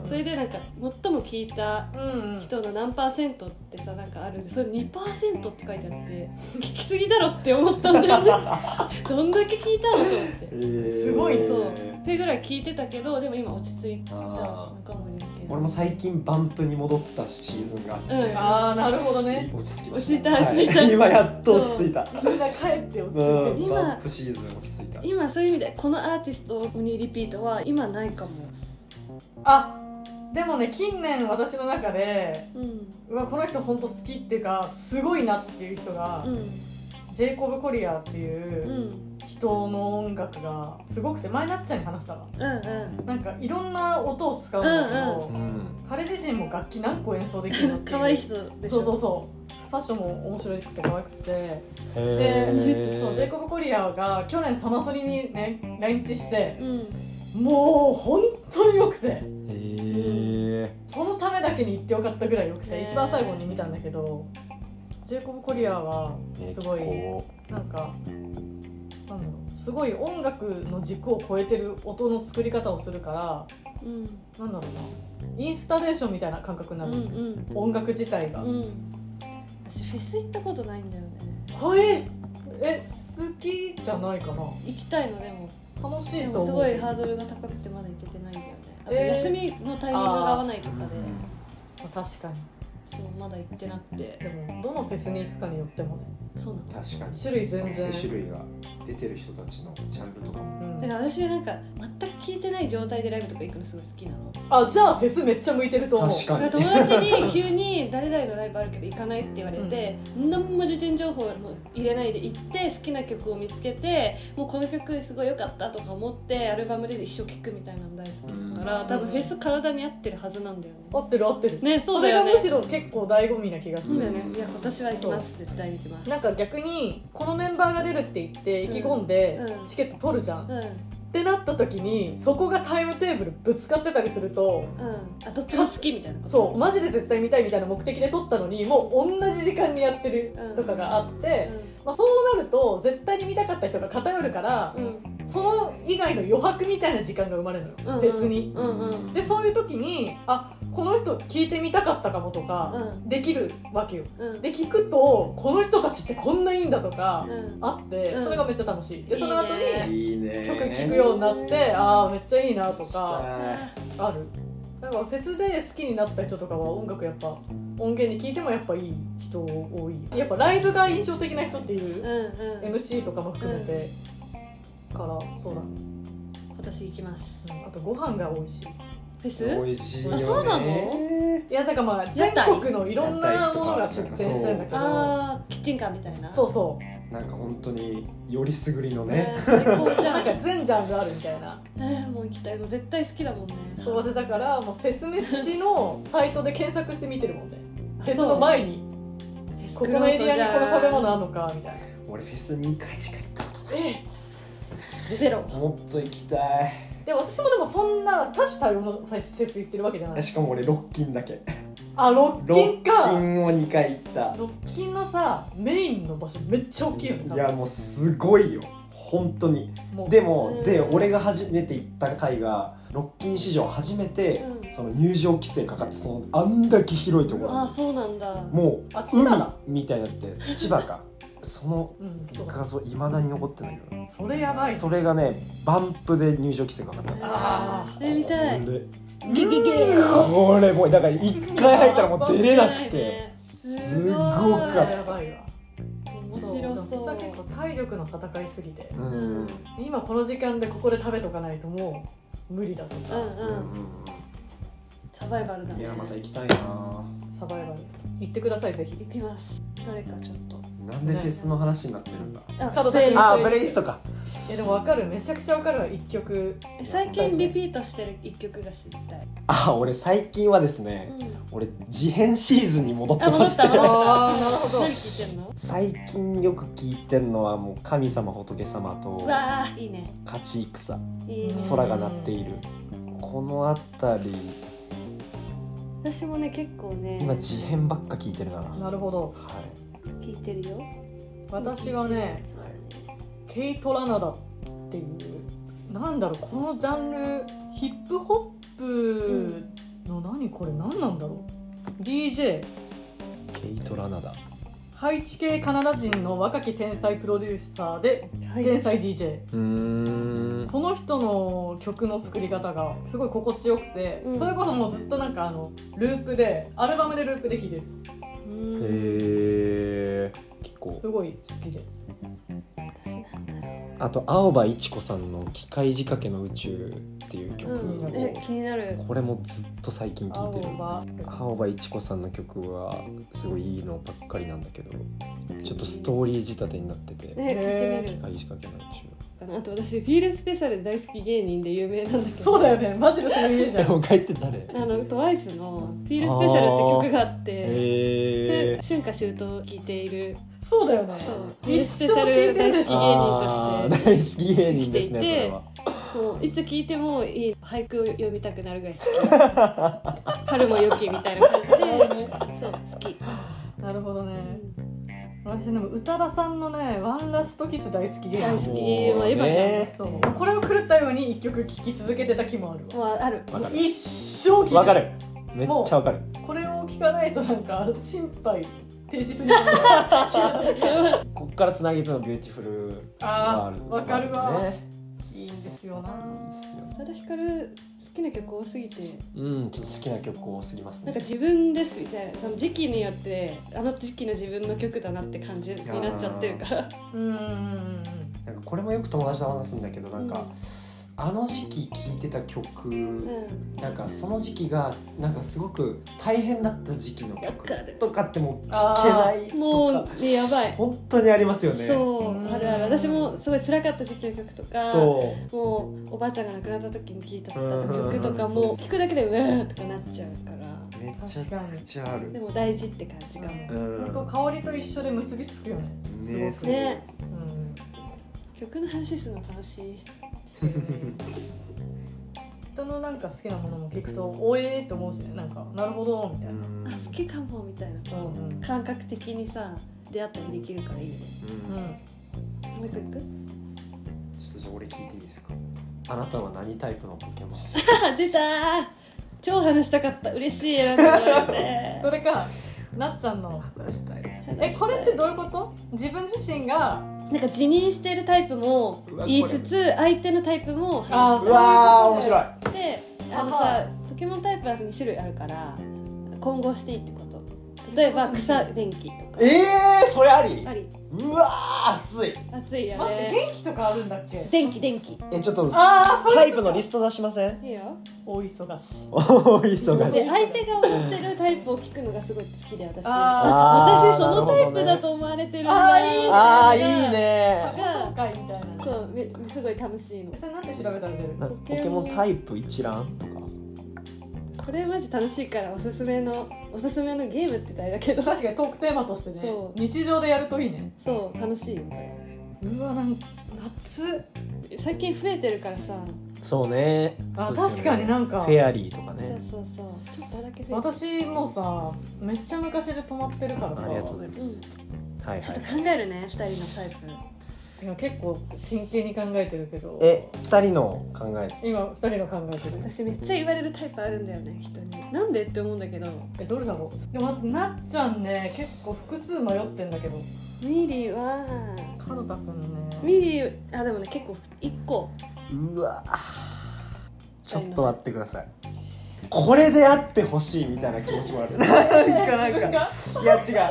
C: それでなんか最も聞いた
B: うんうん
C: 人の何パーセントってさなんかあるんでそれ2パーセントって書いてあって聞きすぎだろって思ったんだよね どんだけ聞いたのと思ってっ
A: す
B: ごいね
C: そうてぐらい聞いてたけどでも今落ち着いた
A: あ
C: 中森明菜
A: 俺も最近バンプに戻ったシーズンがあって、
C: うん
B: ああなるほどね
A: 落ち着きました
C: 落ち着いた
A: はい 今やっと落ち着いた
B: みんな帰って落ち着いて
A: う
B: る
A: ん
C: 今
A: バンプシーズン落ち着いた
C: 今そういう意味でこのアーティストにリピートは今ないかも
B: あでもね近年私の中で
C: うん
B: うわこの人本当好きっていうかすごいなっていう人が、
C: う
B: ジェイコブ・コリアーってい
C: んうんう
B: うん人の音楽がすごくて前なっちゃんに話したわ
C: うん
B: なんかいろんな音を使うんだけど、
C: うん
A: うん
B: 彼自身も楽器何個演奏できるのっ ていう
C: 可愛い人でし
B: そ
C: ょ
B: うそうそうファッションも面白くて可愛くて
A: へ
B: でそうジェイ
A: ー
B: コブ・コリアーが去年サマソニにね来日して
C: うん
B: もう本当によくて
A: へー
B: そのためだけに行ってよかったぐらいよくて
C: へー
B: 一番最後に見たんだけどジェイコブ・コリアーは
A: え
B: すごい
A: こ
B: なんかなんだろうすごい音楽の軸を超えてる音の作り方をするから
C: うん
B: なんだろうなインスタレーションみたいな感覚に
C: う
B: なる、
C: ん
B: 音楽自体が。
C: うんうん私フェス行ったことないんだよね
B: はいえ好きじゃないかな
C: 行きたいのでも
B: 楽し
C: で
B: いと
C: もす
B: 思う
C: ごいハードルが高くてまだ行けてないんだよねあと
B: えー
C: 休みのタイミングが合わないとかで
B: 確かに
C: そうまだ行ってなくて
B: でもどのフェスに行くかによってもね
C: そうなの
A: う確かに
B: 種類全
A: そ
B: 然
A: うそう種類が出てる人たちのジャンルとかも
B: うん
C: だから私なんか全く聞いてない状態でライブとか行くのすごい好きなの
B: あじゃあフェスめっちゃ向いてると思う
A: 確
C: だか
A: からに
C: 友達に急に「誰々のライブあるけど行かない?」って言われて、何も事前情報も入れないで行って好きな曲を見つけてもうこの曲すごい良かったとか思ってアルバムで一生聴くみたいなの大好きだから、
B: うん
C: 多分フェス体に合ってるはずなんだよね、
B: 合ってる合ってる
C: ねそ
B: そう
C: だ
B: れ
C: よ
B: が
C: ね
B: むしろ結構醍醐味な気がす
C: そ
B: る、
C: うだよねいや今年は行きます絶対に行きます
B: なんか逆にこのメンバーが出るって言って意気込んで
C: うん
B: チケット取るじゃん、
C: うんうん
B: ってなった時にそこがタイムテーブルぶつかってたりすると
C: あどっちも好きみたいなこと
B: そうマジで絶対見たいみたいな目的で取ったのにもう同じ時間にやってるとかがあって、まあ、そうなると絶対に見たかった人が偏るから
C: う、んうん
B: その以外の余白みたいな時間が生まれるのよ、
C: うんうん
B: フェスに。
C: うんうん
B: でそういう時にあこの人聞いてみたかったかもとか、
C: うん
B: できるわけよ。
C: うん
B: で聞くとこの人たちってこんないいんだとか
C: うん
B: あって、
C: うん
B: それがめっちゃ楽しい。で
C: いいね
B: その後に
A: いいね
B: 曲聴くようになってああめっちゃいいなとか
A: は
B: あるだからフェスで好きになった人とかは音楽やっぱ音源に聞いてもやっぱいい人多いやっぱライブが印象的な人っていうる、
C: んうん
B: MC とかも含めて、からそうだ、
C: 今年行きます
B: うんあとご飯が美味しい
C: フェ
A: い
C: ス
A: 美味しいよね
C: あそうなの
B: いやだからまあ
C: 屋
B: 全
C: 台
B: 国のいろんなものが出店してんだけど
C: あーキッチンカーみたいな
B: そうそう
A: なんか本当によりすぐりの
C: ね
A: ね、
C: 最高じゃ
B: なん
C: ん
B: か全ジャンルあるみたいな
C: えー、もう行きたいもう絶対好きだもんね
B: そうでだからもうフェス飯のサイトで検索して見てるもんね
C: あ
B: フェスの前にここのエリアにこの食べ物あるのかみたいな
A: 俺フェス2回しか行ったことない
B: え
C: ゼロ
A: もっと行きたい
B: で私もでもそんな多種多様のフェスフェス行ってるわけじゃない
A: しかも俺ロッキンだけ
B: あロッ
A: ロ
B: キン
A: ッ
B: か
A: キンを2回行った
B: ロッキンのさメインの場所めっちゃ大きいよね多分
A: いやもうすごいよ本当に
B: もう
A: でも
C: うん
A: で俺が初めて行った回がロッキン史上初めて
C: うん
A: その入場規制かかってそのあんだけ広いところ
C: ああそうなんだ
A: も
B: あ千
A: う
B: 葉
A: 海
B: だ
A: みたいになって千葉かその
B: うん そうだ
A: 画像いまだに残ってないよ
B: それやばい
A: それがねバンプで入場規制かかった
B: あー
C: えー見たい
A: これ
C: ゲゲゲ
A: これもうだから一回入ったらもう出れなくてすご
B: そ
A: か
B: れ
A: っ
B: やばいわ
C: た面
B: そう
C: 白
B: でも実
C: そ
B: は
C: う
B: 結構体力の戦いすぎて
A: うん
C: う
A: うん
C: ん
B: 今この時間でここで食べとかないともう無理だと
C: う
B: か、
C: んうんサバイバルだ
A: い
C: ね
A: やまた行
C: 行
A: きたいな
B: サバイバル行ってくださいぜひ
C: きますどれかちょっと
A: なんでフェスの話になってるんだ
C: あ
B: 角田
C: で
B: うん
A: あープレイリストか
B: えでもわかるめちゃくちゃわかるわ一曲
C: 最近リピートしてる一曲が知りたい
A: あ俺最近はですね
C: うん
A: 俺自編シーズンに戻って
C: あ戻
A: ま
C: っ
A: した て
C: 戻った
B: あーなるほど
C: 何聴いてんの
A: 最近よく聞いてるのはもう神様仏様と
C: わあいいね
A: 勝ち戦
C: いいね
A: 空が鳴っているこの辺り
C: 私もね結構ね
A: 今自編ばっか聞いてるな
B: なるほど
A: は
C: 聞いてるよ
B: 私はね
C: そうだね
B: ケイト・ラナダっていうなんだろうこのジャンルヒップホップの何これ何なんだろう DJ
A: いケイト・ラナだ
B: ハイチ系カナダ人の若き天才プロデューサーで天才 DJ
A: うーん
B: この人の曲の作り方がすごい心地よくて、
C: うん
B: それこそもうずっとなんかあのループでアルバムでループできる
C: うん
A: へえ結構
B: すごい好きで
C: 私なんだろ
A: あと青葉一子さんの「機械仕掛けの宇宙」っていう曲
C: う、
A: を
C: うん、え気になる
A: これもずっと最近聴
B: 青
A: いてる
B: 葉
A: 青葉一子さんの曲はすごいいいのばっかりなんだけどちょっとストーリー仕立てになってて
C: ね聞いてみ
A: 機
C: る
A: 械仕掛けの宇宙
C: かなあと私フィールスペシャル大好き芸人で有名なんだけど
B: そうだよねマジでそのイメージ
A: で
B: だよ
A: も帰って誰
C: あの TWICE の「フィールスペシャル」って曲があって
A: へ
C: で
A: え
C: 春夏秋冬聴いている
B: そうだよね
C: そう
B: 一生聴いてるでしょ
A: あ ー
C: 大好
A: 大好き
C: き芸人として
A: 芸人ですね
C: 生
A: そ
C: きていて
A: れは
C: もういつ聴いてもいい俳句を読みたくなるぐらい好き春も良きみたいな感じでそう好き
B: なるほどね私でも宇多田さんのね「ワンラストキス大好き芸
C: 大好
B: 人
C: き芸人はエヴァちゃん
A: もうね
B: そうこれを狂ったように一曲聴き続けてた気もあるわ
C: まあある
A: わかる
B: 一生聴いて
A: わかるめっちゃわかる
B: これを聴かないとなんか心配停止する
A: こっからつなげてのビューティフル
B: あーわかるわ、
A: ね
B: いいんですよ
A: い
B: ない
A: っすよね
C: 宇多田ヒカル好きな曲多すぎて
A: うんちょっと好きな曲多すぎますね
C: なんか自分ですみたいなその時期によってあの時期の自分の曲だなって感じになっちゃってるから
B: うんうんうんうん
A: なんかこれもよく友達と話すんだけどなんか、
C: うん
A: あの時期聴いてた曲、
C: うん
A: なんかその時期がなんかすごく大変だった時期の曲
C: わかる
A: とかってもう聴けない
C: も
A: とか
C: う、ね、やばい
A: 本当にありますよね
C: そううんあるある私もすごい辛かった時期の曲とか
A: そ
C: もうおばあちゃんが亡くなった時に聴いた曲とか
A: うんうんうん
C: もう聴くだけでうわーとかなっちゃうから
A: うめちゃくちゃある
C: でも大事って感じ
B: 違
C: かも
B: う
A: うん
B: 本当香りと一緒で結びつくよねすごく
A: ねそう
C: ね
B: うん
C: 曲の話するの楽しい
B: 人のなんか好きなものも聞くとおえーって思うしねなんかなるほどみた
A: う
B: いな、
A: ん
C: あ好きかもみたいな
B: うんうん
C: 感覚的にさ出会ったりできるからいいよね
A: うん
B: うん、
C: もう一個いく
A: ちょっとじゃあ俺聞いていいですかあなたは何タイプのポケモン
C: あ出たー超話したかった嬉しい選んでもら え
B: それかなっちゃんの
A: 話したい
C: て
B: えこれってどういうこと自分自身が
C: なんか辞任してるタイプも言いつつ相手のタイプも話
B: あ
C: し
A: うわー面
B: そう
A: 白
B: い
A: い
C: であの
B: は
C: さポケモンタイプは2種類あるから混合していいってこと例えば草電気とか
A: えー、それあり
C: あり
A: うわー熱い
C: 熱いよ
B: 待って
C: ね
B: 元気とかあるんだっけ
C: 電気電気
A: えちょっと
B: あ
A: タイプのリスト出しません
C: いいよ
B: あ大忙し
A: お忙
C: で
A: しい
C: 相手が思ってるタイプを聞くのがすごい好きで私
B: あ
C: 私そのタイプだ
A: と
C: と思われてるん
B: あ
C: だ
B: ーいいね
A: あーいいね
B: そうかいみたいなね
C: そうめすごい楽しいの
B: それなんて調べたら出る
A: なポケモンタイプ一覧とか
C: これマジ楽しいからおすすめのおすすめのゲームって言ったらあれだけど
B: 確かにトークテーマとしてね
C: そう
B: 日常でやるといいね
C: そう楽しいよこれ
B: うわなん夏
C: 最最近増えてるからさ
A: そうね
B: あ
A: そうですよ
B: 確かになんか
A: フェアリーとか
C: そう
A: ね
C: そうそうちょっとだけ増えてる
B: 私もうさめっちゃ昔で泊まってるからさ
A: ありがとうございま
C: うんち
A: すはい
C: ょっと考
A: はい
C: えるね二人のタイプ
B: いや結構真剣に考えてるけど
A: え二人の考え
B: 今二人の考えてる
C: 私めっちゃ言われるタイプあるんだよね人になんでって思うんだけど
B: えどれだろうでも待ってなっちゃんね結構複数迷ってんだけど
C: ミリは
B: 角田くんね
C: ミリあでもね結構一個
A: うわちょっと待ってくださいこれであってほしいみたいな気持ちもあるなんかなんかいや違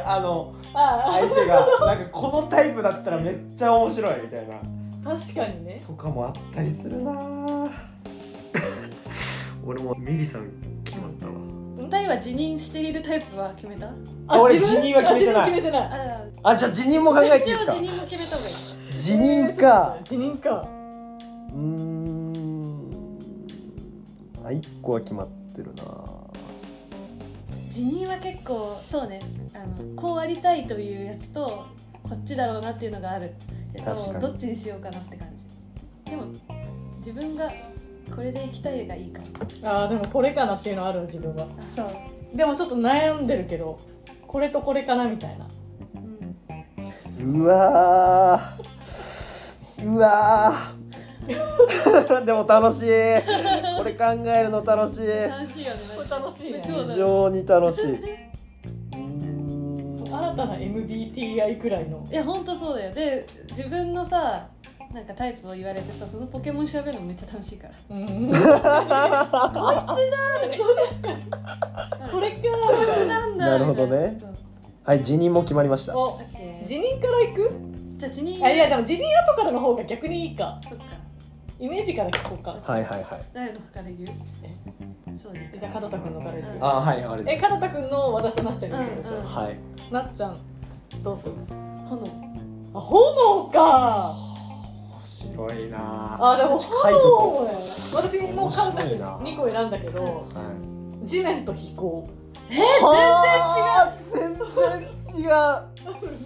A: うあの
B: あ
A: 相手がなんかこのタイプだったらめっちゃ面白いみたいな
B: あ確かにね
A: とかもあったりする なぁ俺もミリさん決まったわ
C: 二人は辞任しているタイプは決めた
A: あ俺
B: 自分
A: 辞任は決めてない
B: あ自分決めてない
C: あら
A: あじゃあ辞任も考えていい
C: 一
A: で
C: 応
A: すか
C: 辞任も決めた方がいい
A: 辞任か
B: 辞任か
A: うーんあ一個は決まってるなぁ
C: 辞任は結構そうねあのこうありたいというやつとこっちだろうなっていうのがあるけど
A: 確かに
C: どっちにしようかなって感じでも自分がこれで行きたいがいいかも
B: あーでもこれかなっていうのある自分は
C: あそう、
B: でもちょっと悩んでるけどこれとこれかなみたいな
C: うん、
A: うわーうわー でも楽しいこれ考えるの楽しい
C: 楽しいよね
B: これ楽しいね
C: そうだ
A: 非常に楽しいうーん
B: 新たな MBTI くらいの
C: いやほんとそうだよで自分のさなんかタイプを言われてさそのポケモン調べるのめっちゃ楽しいから
B: うんこれか
C: なんだ
A: なるほどね
C: そう
A: はい辞任も決まりました
B: お
C: オッケー
B: 辞任からいく
C: じゃあ辞任
B: あいやでも辞任後からの方が逆にいいか
C: そっか
B: イメージから聞こうか
A: はいはいはい
C: 誰のから言うそうね
B: じゃあ角田君のからいく
C: うん
A: あはいあれ
B: え
A: で
B: 角田君の私となっちゃんに言う
C: うんうん
A: はい
B: となっちゃんどうする
C: 炎
B: あ炎か
A: 面白いな
B: あでも
A: 書いと
B: 炎だよ私もう角田君2個選んだけど
A: はい
B: 地面と飛行
A: はあ全然違う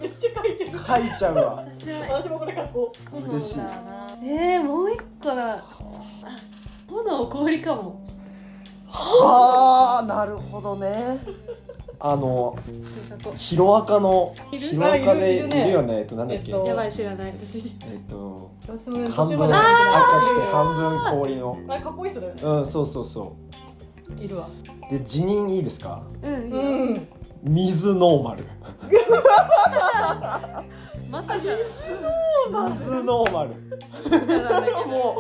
B: めっちゃ書いてる
A: 書いちゃうわ
C: 私は
B: 私もこれ書こう
C: 炎だなえー、もう一個だ炎氷かも
A: はあなるほどねあの
C: なんかこ
A: ヒロアカの
C: いる
A: ヒロアカでい
B: あいるいるね
A: るよねえっとなんだっけ
B: えっ
C: う
B: と
A: え
C: やばい知らない私
A: っと
B: 私も
A: 半
B: 途
A: 分
B: 中まで
A: 赤
B: 書
A: く
B: い
A: て
B: てる
A: 半分氷の
B: あれかっこいい人だよね
A: うんそうそうそ
B: いるわ
A: うで辞任いいですか
C: うんいいよ
B: うん
A: 水ノーマル
C: まさか
A: 水ノーマル
C: そ
A: も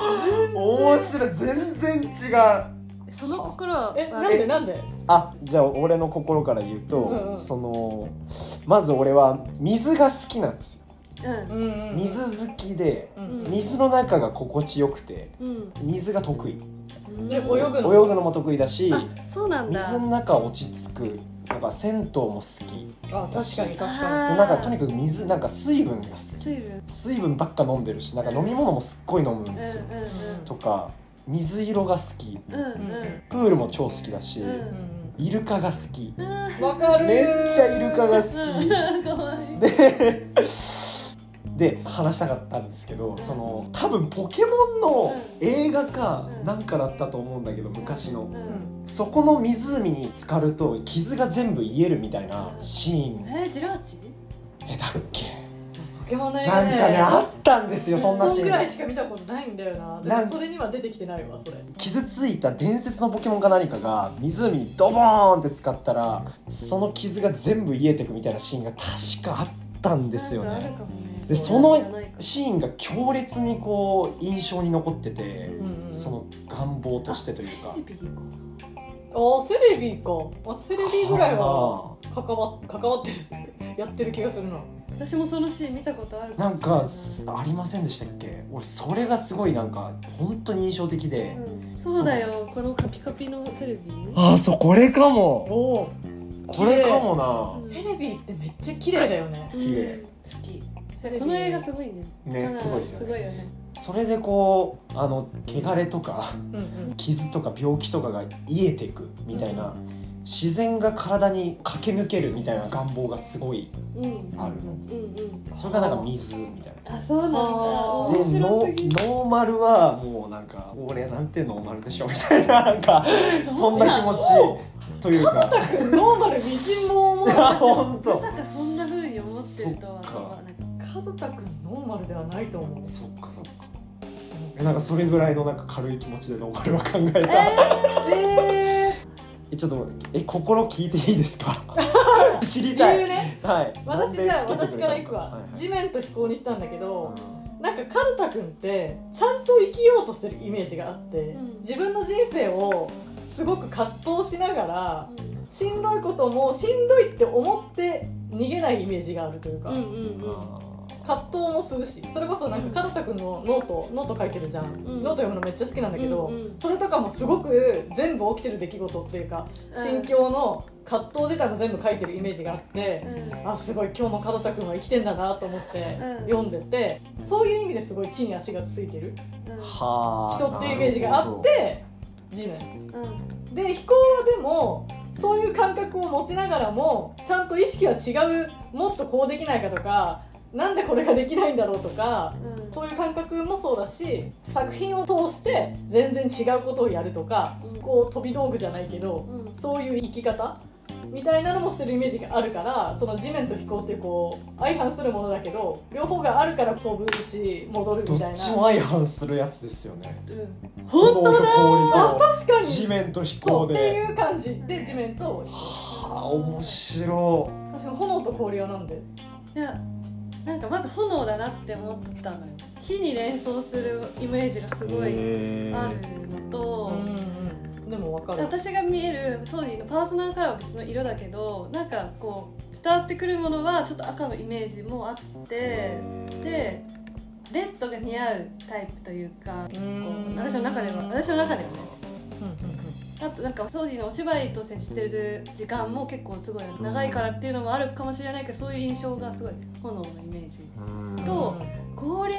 A: う面白い全然違う
C: の心は
B: えなんでなんで
A: あじゃあ俺の心から言うと、
B: うんうん
A: そのまず俺は水が好きなんですよ
C: うん
B: うん
A: 水好きで
B: うん
A: 水の中が心地よくて
C: うん
A: 水が得意
C: うん
B: え泳ぐ
A: 泳ぐ
B: の
A: のも得意だし
C: あそうなんだ
A: 水の中落ち着くなんか銭湯も好き
B: あ確かに確か
C: あー
A: なんかとにかく水なんか水分が好き
C: 水分
A: 水分ばっか飲んでるしなんか飲み物もすっごい飲むん
C: うん
A: ですよ、
C: う
A: とか水色が好き
C: んうんうん
A: プールも超好きだし、
C: うん
B: にうん
A: イルカが好き
C: うんあ
B: わかる
A: めっちゃイルカが好き
C: ーかわいい
A: でで話したかったんですけどその多分ポケモンの映画か
C: うん
A: なんかだったと思うんだけど昔の
C: う
B: うんん
A: そこの湖に浸かると傷が全部癒えるみたいなシーン
C: えージェラーチ
A: えだっけ
B: ポケモンの映
A: な
B: 画
A: ん
B: ね
A: かねあったんですよそんな
B: 1
A: シ
B: 本ぐら
A: ー
B: い
A: ン
B: しか見たことないんだよなで
A: な
B: も
A: ん
B: それには出てきてないわそれ
A: 傷ついた伝説のポケモンか何かが湖にドボーンって使ったらその傷が全部癒えてくみたいなシーンが確かあったんですよ
C: なんかあ
A: ね
C: るかもね
A: でそのシーンが強烈にこう印象に残ってて、
B: ん
A: その願望としてというか
C: あセレビ行こう
B: あセレビかあセレビぐらいは関わっ関わってる やってる気がするな
C: 私もそのシーン見たことある
A: なんか
C: し
A: ありませんでしたっけ俺それがすごいなんか本当に印象的
C: れ
A: で、
C: ないうんそうだよこのカピカピのセレビ
A: ああそうこれかも
B: おお
A: これかも
B: セレビってめっちゃ綺麗だよね
A: 綺麗
C: うん好き
B: セレビ
C: この映画すごいね
A: なねすごいですすよ
C: ご
A: ね
C: いよね
A: それでこうあの汚れとか
B: うんうん
A: 傷とか病気とかが癒えていくみたいな、自然が体に駆け抜けるみたいな願望がすごい
C: うんうん
A: ある、
C: うん
A: それがなんか水みたいな。
C: あそうなんだ
B: あ
A: で
B: ー
C: 面
A: ノ
C: 白すぎる
A: ーノーマルはもうなんか俺なんてノーマルでしょみたい ななんかそんな気持ちというか
B: ノーマル微塵も思う
A: あ 本
C: ま
A: 当
C: さかそんな風に思ってるとは思わなかっ
B: カズタ君ノーマルではないと思う
A: そっかそっかえなんかそれぐらいのなんか軽い気持ちでノーマルは考え
C: た
A: た、
B: え
A: えちょっと待ってえ心聞いていいです か知り
B: ー、
A: た
B: 理由
A: い
B: ね
A: はい
B: 私じゃあ
A: なんでつ
B: 私
A: けてくれたの
B: から行くわ、
A: はいはい
B: 地面と飛行にしたんだけどなんかカズタ君ってちゃんと生きようとするイメージがあって、
C: うん
B: 自分の人生をすごく葛藤しながら
C: う
B: しんどいこともしんどいって思って逃げないイメージがあるというか、
C: んうんうん
A: あー
B: 葛藤もするしそれこそなんか門田君のノートノート書いてるじゃん、
C: ん
B: ノート読むのめっちゃ好きなんだけど、
C: うんうん
B: それとかもすごく全部起きてる出来事っていうか心境の葛藤自体も全部書いてるイメージがあって、あすごい今日も門田君は生きてんだなと思って
C: うん
B: 読んでて、そういう意味ですごい地に足がついてる
A: は
B: 人っていうイメージがあっ
A: なる
B: て地面で飛行はでもそういう感覚を持ちながらもちゃんと意識は違うもっとこうできないかとかなんでこれができないんだろうとか
C: うん
B: そういう感覚もそうだし作品を通して全然違うことをやるとかこう飛び道具じゃないけど
C: うんうん
B: そういう生き方みたいなのもしてるイメージがあるからその地面と飛行っていうこう相反するものだけど両方があるから飛ぶし戻る
A: ほど
B: み
A: ど
B: たい
A: っ
B: な
A: ちも相反するやつですよね
C: うん
B: 本当
A: 炎
B: だ
A: と氷
B: あ
A: と
B: 確かに
A: 地面と飛
B: そ
A: 行
B: うっ
A: で
B: ていう感じで地面と飛行
A: はあ面白
B: 確かに炎と氷はなんで
C: いやなんかまず炎だなって思ったのよ火に連想するイメージがす
A: い
C: ごい
A: へ
C: あ
A: ー
C: るのと、
B: でもわかる
C: 私が見える当時のパーソナルカラーは別の色だけどなんかこう伝わってくるものはちょっと赤のイメージもあってでレッドが似合うタイプというか
B: う
C: こ
B: ん
C: う私の中では私の中ではねあとなんかソーディのお芝居と接してる時間も結構すごい長いからっていうのもあるかもしれないけどそういう印象がすごい炎のイメージ
A: うん
C: と氷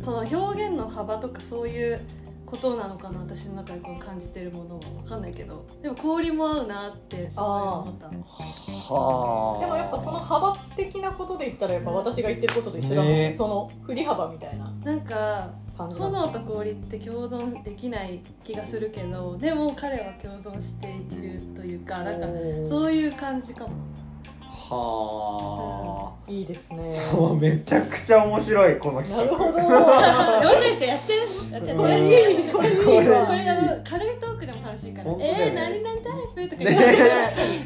C: その表現の幅とかそういうことなのかな私の中でこう感じてるものは分かんないけどでも氷も合うなってすごい思ったの
A: はあ
B: でもやっぱその幅的なことで言ったらやっぱ私が言ってることと一緒だもん、
A: ねえ
B: その振り幅みたいな
C: なんか
B: 感じだ
C: 炎と氷って共存できない気がするけどでも彼は共存しているというかなんか
B: う
C: そういう感じかも
A: はい
B: いですね
A: あもうめちゃくちゃ面白いこの
B: な
A: 企
B: る
A: 画
B: ほど
C: 面白いですよやってるやってる
A: こ
B: こ
A: れ
B: れいいこれいいわ
A: これいい
C: これあの軽いトークでも楽しいから「
A: 本当だよね
C: えー、何々タイプ?」とか言
A: ね
C: って、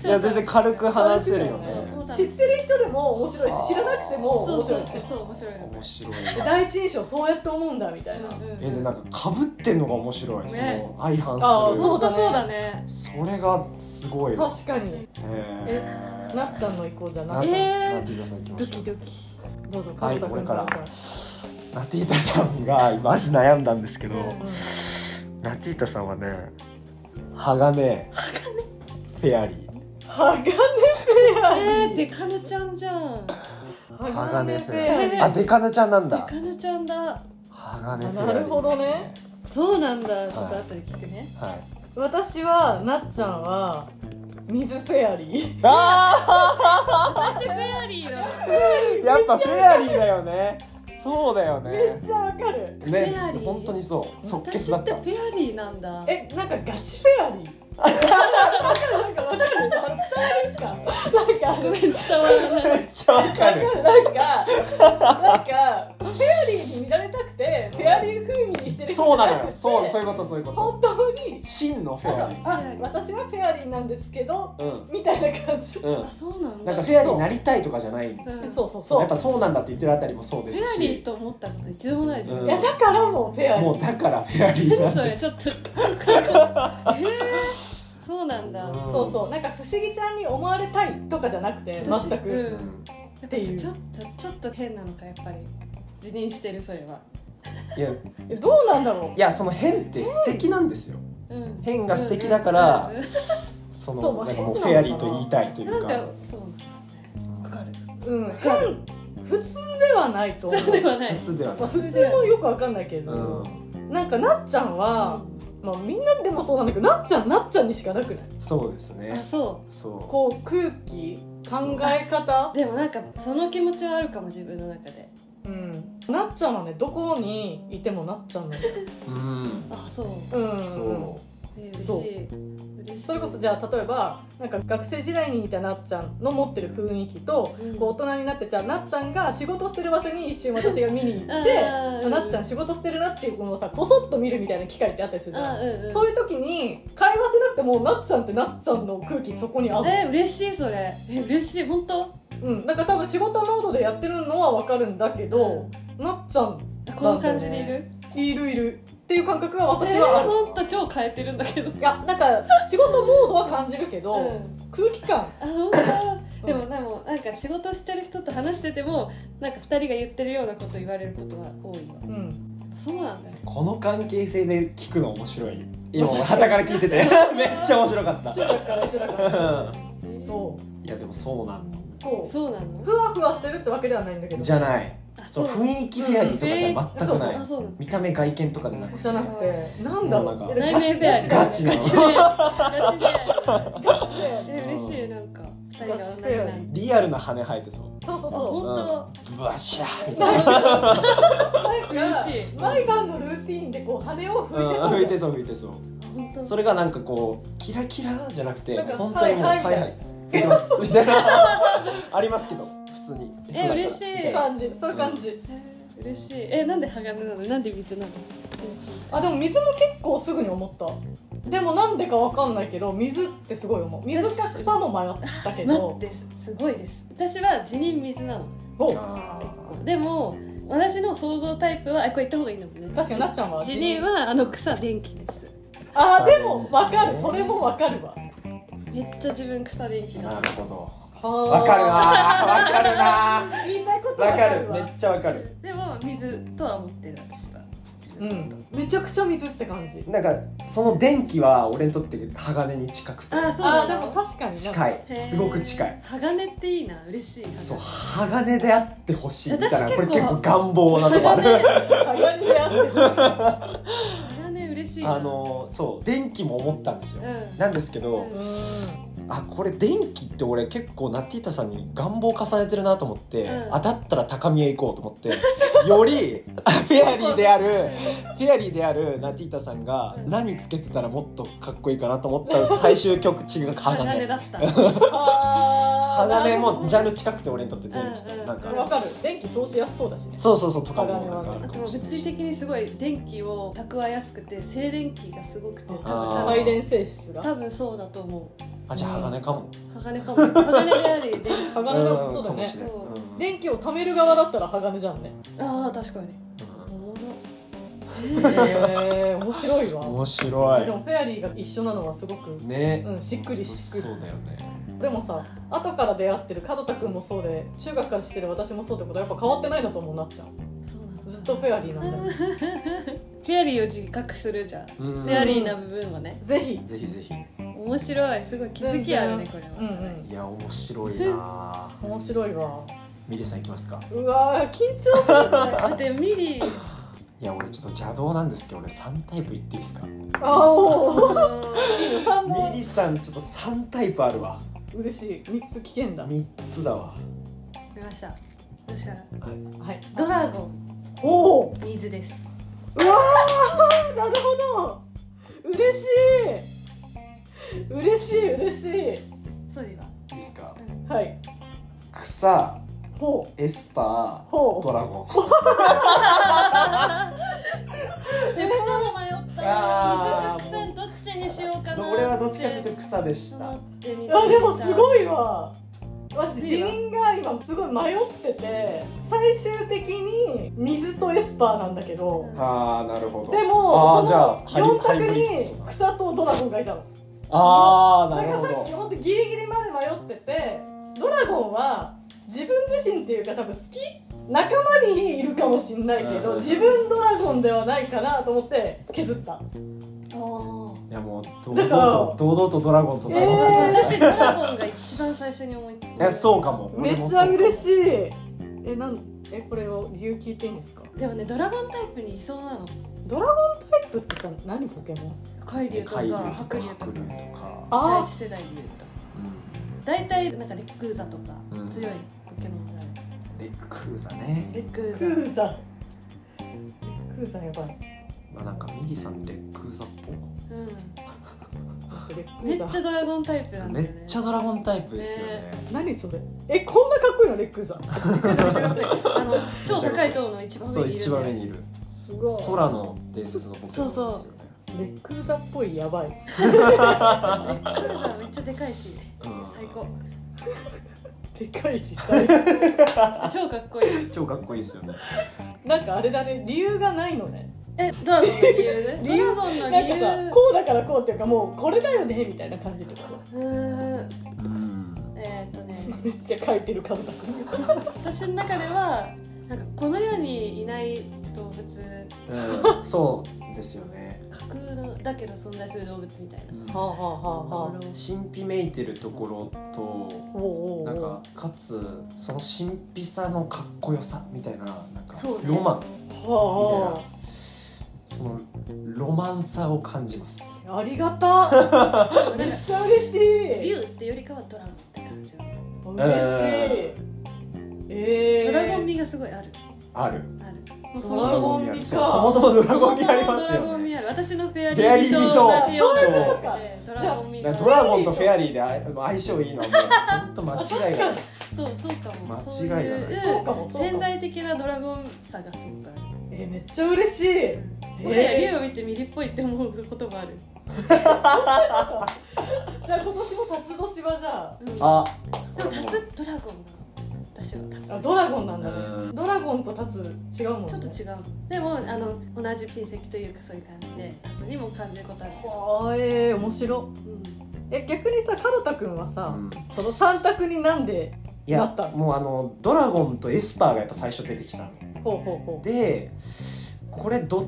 A: えいや全然軽く話せるよ
B: 軽
A: ね
C: くね
B: 知ってる人でも面白いし知らなくても
C: そう
B: 面
C: そ
B: 白
C: う
B: いです
C: そう面白いよね
A: 面白い
B: 第一印象そうやって思うんだみたいな、
C: うんうん
A: えでなんか被ってんのが面白い、
C: ね
A: その相反
B: あー
A: す
C: そ
A: る
C: うだそうだね。
A: それがすごい
B: 確かに
A: へえ
B: なっちゃんの意向じゃな
A: な
B: く
A: っ
C: え
A: ち
B: て
A: ゃんナ
C: ー
A: ティータさん行きま
C: ド
A: しょ
C: キ
A: う
C: ドキ。
B: どうぞ
A: は
B: カ
A: い
B: ズタ
A: 俺
B: 君
A: からナティータさんがマジ悩んだんですけど、
C: うん
A: ナティータさんはね鋼鋼フェアリー
B: 鋼ペ
C: え
B: アリ
C: ー、デカヌちゃんじゃん。
B: ー
A: 鋼
B: 鋼
A: ペ
B: ペアリ
C: アリ
B: ー
C: ー
A: あデカヌちゃんなん
C: デ
A: だ
C: カヌちゃんだ。
A: 鋼フェアリーです、ね、
B: なるほどね
C: そうなんだ。ちょっと後で聞くね。
A: はい
B: 私はなっちゃんは水フェアリー
A: あ
C: 私フェアリーだ。
A: ーやっぱフェアリーだよねそうだよ
B: め
A: ね
B: っちゃわかる
C: フェアリ
A: ね
C: ー
A: 本当にそう即決
C: 私
A: だっ
C: って
A: た
C: フェアリーなんだ。
B: えなんかガチフェアリ ーわかるなんかわかるなんかなんか
C: ごめん伝わらない。
A: めっちゃわか
B: わか
A: る
B: るなんかなんかフェアリーに見られたくてフェアリー風にしてる人
A: そうな
B: じゃ
A: の
B: く
A: よ
B: て
A: そうそういうことそういうこと
B: 本当に
A: 真のフェアリー
B: あ私はフェアリーなんですけど
A: うん
B: みたいな感じ
A: う
C: あそうなん
A: ん
C: だ。
A: なんか
C: フ
A: フェアリーになりたいとかじゃないんですよ
C: うん
B: そうそう
A: そう
B: そ
A: やっぱ
B: う
A: そうなんだって言ってるあたりもそうで
C: ェ
A: す
C: アリー
A: し
C: と思ったこと一度もないです。
A: うん
B: いやだからもうフェアリ
A: も
B: ー
A: うだからフェアリーなん
C: そ
A: で
C: れち
A: す
C: ょっと。えー、そうなんだ。
A: うん
B: そうそうなんか不思議ちゃんに思われたいとかじゃなくて
C: 私
B: 全く、
C: うん
A: うん
B: ていう
C: ちょっとちょっと変なのかやっぱり。辞任してるそれは。
A: いやい
B: えどうなんだろう
A: やその変って素敵なんですよ
C: うん。
A: 変が素敵だから
C: うんうん
A: そ
B: そ
A: の
B: うまあ
A: なんか
B: 変な
A: も
B: の
A: う
B: か
A: フ
B: な
A: ェアリーと言いたいとい
C: な
A: うんか
C: かそうわかる
B: うん、変普通ではないと思う、
C: そうではない
A: 普通では
B: ま
A: な
B: あ、
A: い
B: 普通もよくわかんないけ
A: う
B: ど、
A: ん
B: なんかなっちゃんは、まあ、みんなでもそうなんだけどなっちゃんなっちゃんにしかなくない
A: そうです
C: あ
A: ね
C: そ
A: そ
B: こう空気考え方
C: うでもなんかその気持ちはあるかも自分の中で
B: うんなっちゃんはねどこにいてもなっちゃんなの
A: ううん
C: あそう
B: うん
A: そ
C: え嬉し
B: そう
C: い嬉しい
B: それこそじゃあ例えばなんか学生時代にいたなっちゃんの持ってる雰囲気と
C: うん
B: こう大人になってじゃあなっちゃんが仕事してる場所に一瞬私が見に行っ
C: あ
B: て
C: ー
B: なっちゃん仕事してるなっていうものをさこそっと見るみたいな機会ってあったりするじゃん
C: あうんうん
B: そういう時に会話せなくてもなっちゃんってなっちゃんの空気そこにある、
C: え嬉しいそれえ嬉しい本当
B: うん、なんか多分仕事モードでやってるのは分かるんだけど、なっちゃん
C: この感じでいる
B: いるいるっていう感覚が私
C: え
B: はある、
C: 本当超変えてるんだけど
B: いやなんか仕事モードは感じるけど、
C: うん
B: 空気感
C: あ本 当でもでもなんか仕事してる人と話しててもなんか二人が言ってるようなこと言われることが多いわ
B: うん
C: そうなんだよ
A: うこの関係性で聞くの面白い今俺旗から聞いてて めっちゃ面白か った
B: 中学から一緒だから
A: う
B: そ
A: んいやでもそうなん
B: うそう
C: そうなの
B: うふわふわしてるってわけではないんだけど
A: じゃない
C: あ
A: そう雰囲気フェアリーとかじゃ全く
B: うん
A: ない
C: あそうなんだ
A: 見た目外見とかでなく
B: じゃなくてなんだろう
A: もうなんか
B: え
C: 内面フェアリー
A: ガチな
C: ガ
A: の
C: チでガチで
B: ガチで
C: え嬉しいなんか二人が同じなんだ
A: リアルな羽生えてそ
B: そうそう
C: あ
B: そ
C: 本
A: うブワシャーみ
C: 当
A: たい
C: なんか
B: う
C: 嬉しい
B: 毎晩のルーティーンでこう羽を
A: な うん
B: 拭
A: 拭
B: い
A: い
B: て
A: て
B: そう
A: そう拭いてそう
C: 本当
A: それがなんかこうキラキラじゃなくて
B: なんか
A: 本当にもう「は
B: はいい
A: は
B: はいい
A: 行きます」みたい なありますけど普通に
C: え嬉しい
A: みたな
B: 感じそういう感じ、
C: えー嬉しいえなんで鋼なのなんで水なの
B: あでも水も結構すぐに思ったでもなんでかわかんないけど水ってすごい思う水か草も迷ったけ
C: 待
B: ど
C: ってすごいです私は辞任水なの
B: お
A: あ
C: 結構
A: ー
C: でも私の総合タイプはあこれ言った方がいいのもね
B: 確かになっちゃんは
C: 辞任はあの草電気です
B: あでもわかるそれもわかるわ
C: めっちゃ自分草電気
A: な
C: だ
A: るほど
B: わ
A: わかるなわかるな
B: 言いたいことわ
A: わ
B: か
A: か
B: る
A: る
B: わ
A: めっちゃわかる
C: でも水とは思ってる私は
B: うんめちゃくちゃ水って感じ
A: なんかその電気は俺にとって鋼に近くて
C: あそう
B: あ
C: な
B: ー
C: の
B: でも確かに
A: 近
B: い
A: いすごく近
C: へ
A: い
C: ー鋼っていいな嬉しい鋼
A: そう鋼であってほしいみたいな
C: 私
A: これ
C: 結構
A: 結構願望なとこある
C: 鋼
B: 鋼でやってる
C: 鋼嬉しいな
A: あのーそう電気も思ったんです
C: う
A: よ
C: ん
A: なんですけど
C: うん
A: あこれ電気って俺結構ナティータさんに願望重ねてるなと思って、
C: うん
A: あだったら高宮行こうと思って よりあフェアリーであるフェアリーであるナティータさんが
C: うん
A: 何つけてたらもっとかっこいいかなと思ったら最終曲違う
C: 鋼
A: 鋼
C: だった
A: 鋼
B: 鋼
A: もジ
B: ゃ
A: ャンル近くて俺にとって電気
C: うんう
A: と
C: ん
A: なんか、
B: わかる電気投資安そうだしね
A: そうそうそうとかもなんかあ
C: あ
A: るか
C: と
A: も
C: 物
A: しれない
C: 理
A: し
C: 的にすごい電気を蓄えやすくて静電気がすごくて多分
A: あー
B: 配電性質が
C: 多分そうだと思
A: あじゃあ鋼かも、
C: う鋼かも鋼であり電気
A: うん、
B: 鋼だそうだ
A: かも
B: ね
A: しれない、
C: そう
A: うん
B: 電気を貯める側だったら鋼じゃんね
C: ああ確かに
A: うん
C: おも
B: へえ面白いわ
A: 面白
B: でもフェアリーが一緒なのはすごく、
A: いね、
B: うん、しっくりし
A: そ
B: っ
A: う
B: く
A: だよね
B: りでもさ後から出会ってる門田君もそうで中学から知ってる私もそうってことはやっぱ変わってないんだと思うなっちゃん
C: ろそうなの
B: ずっとフェアリーなんだよ
C: フェアリーを自覚するじゃんフ
A: うん
C: ェアリーな部分はね
B: ぜひ
A: ぜひぜひ
C: 面白いすごい気づきあるねこれは、
B: うんうん
A: いや面白いなあ
B: 面白いわ
A: ミリさん行きますか
B: うわー緊張するね
C: だってミリー
A: いや俺ちょっと邪道なんですけど俺3タイプ言っていいですかミ
B: あおーいいの三問
A: リさんちょっと3タイプあるわ
B: 嬉しい三つ聞けんだは
A: 3つだわ
C: 見ました私から
A: はい
B: い
C: ドラゴン
B: おお
C: 水です
B: うわーなるほど嬉しい嬉しい嬉しい
C: そう ではい
A: いですか
B: はい
A: 草
B: ほ
A: エスパ
B: うほ
A: ー
B: う
A: ドラゴ
C: で草も迷った
A: あー
C: 水か草どっちにしようかな
A: ン俺はどっちかというと草でした
C: 思って水
B: あでもす
C: い
B: ごいわ私自分が今すごい迷ってて最終的に水とエスパーなんだけど
C: うん
A: ああなるほど
B: で
A: あ
B: も
A: ー
B: そ
A: じゃあハイ
B: の4択
A: ハイブリッド
B: に
A: とか
B: 草とドラゴンがいたの
A: ああな
B: だか
A: る
B: ら
A: ほ
B: さっき
A: ど
B: 本当ギリギリまで迷っててドラゴンは自分自身っていうか多分好き仲間にいるかもしんないけ
A: う
B: ど
A: ん
B: 自分ドラゴンではないかなと思って削った
C: あ
A: いやもう堂
B: だから
A: 々と堂々とドラゴンと名乗ってください
C: 私ドラゴンが一番最初に思いつい
A: えそうかも
B: めっちゃ嬉
A: い
B: しいえなんえこれを理由聞いていいんですか
C: でもねドラゴンタイプにいそうなの
B: ドラゴンタイプってさ何ポケモン
C: 海流とか
A: 海流とか
C: 白
A: 白
C: 竜とか
A: 竜とか
C: 第
B: あ
C: 一世代でいうと
A: うん
C: 大体なんかレッグザとか
A: うん
C: 強いポケモンがあ
A: レ
C: る
A: ックーザね
C: レッグ
B: ーク
C: ザ
B: ーザクーザやばい
A: まあなんかミリさんレックーザっ
C: う
B: 待ってレッ
C: ん
B: ク
C: め
B: ー
C: っち
B: ザ
C: ゃドラゴンタイプな
A: ぽ
C: んだ
A: め
C: よね
A: っちゃドラゴンタイプですよね
B: 何それえこんなかっこいいのレックーザ
C: めっちゃドラゴンタイプあの超高い塔の一番
A: そ
C: 上
A: う
C: にいる
A: 一
C: んだ
A: 番
C: よ
A: 目にいる
B: うわ
A: 空の伝説のポケモンですよね
C: そう
B: レックーザっぽいやばい
C: レッグザめっちゃでかいし
A: うん
C: 最高
B: でかいしさ
C: 超かっこいい
A: 超かっこいいですよね
B: なんかあれだね理由がないのね
C: えドラゴンの理由ね
B: 理由
C: ドラゴンの
B: なん
C: 理
B: かさ
C: 由
B: こうだからこうっていうかもうこれだよねみたいな感じでさ
C: うーん
A: うん
C: えーっとね
B: めっちゃ書いてる感覚
C: 私の中ではなんかこの世にいない動物
A: うんそうですよね
C: 架空のだけど存在する動物みたいな
A: うん
B: はあは
C: あの
A: 神秘めいてるところと
B: おうおうおう
A: なんかかつその神秘さのかっこよさみたいななんか
C: そうね
A: ロマン
B: は
A: そのロマンさを感じます
B: あはあありがた
C: でもなん
B: め
C: か
B: っちゃ嬉しい
C: 竜ってよりかはドラゴンって感
B: 嬉
C: じ
B: しいえー、
C: ドラゴン味がすごいある
A: ある
C: ある
B: ドラゴン味
A: あ
B: か
A: るそうそもそもドラゴン味あります
C: ドラゴ
A: よ
C: ン
A: ね
C: 味ある私のフェアリ
A: フェアリ
C: ー
A: ー
C: 味
A: 味
C: と
A: と
C: 同じような
A: そう
C: もの
A: そう
B: か
C: でドラゴン味
A: だ
C: が
A: からドラゴンとフェアリーであ相性いいのはもう本当間違いがない
C: そうそうかもそう
A: 間違いが
C: い
A: な
C: う
A: い
B: そうかもそうかも
C: 潜在的なドラゴンさがすごくある
B: えーめっちゃ嬉しい
C: う
B: え
C: ん
B: ー
C: もはや竜を見てミリっぽいって思うこともある、
B: じゃあ今年も辰年はじゃ
C: うん、でも
A: あそこ
C: タツドラゴンが私はタツ
B: ああドラゴンなんだ
A: う
B: ね
A: ん
B: ドラゴンと辰違うもんね
C: ちょっと違うでもあの同じ親戚というかそういう感じでタツにも感じることある、
B: はあえー、面白
C: うん、
B: え逆にさ門田君はさ、
A: うん
B: その三択になんで
A: い
B: な
A: や
B: った
A: もうあのドラゴンとエスパーがやっぱ最初出てきたの
B: ほうほうほう
A: でこれどっ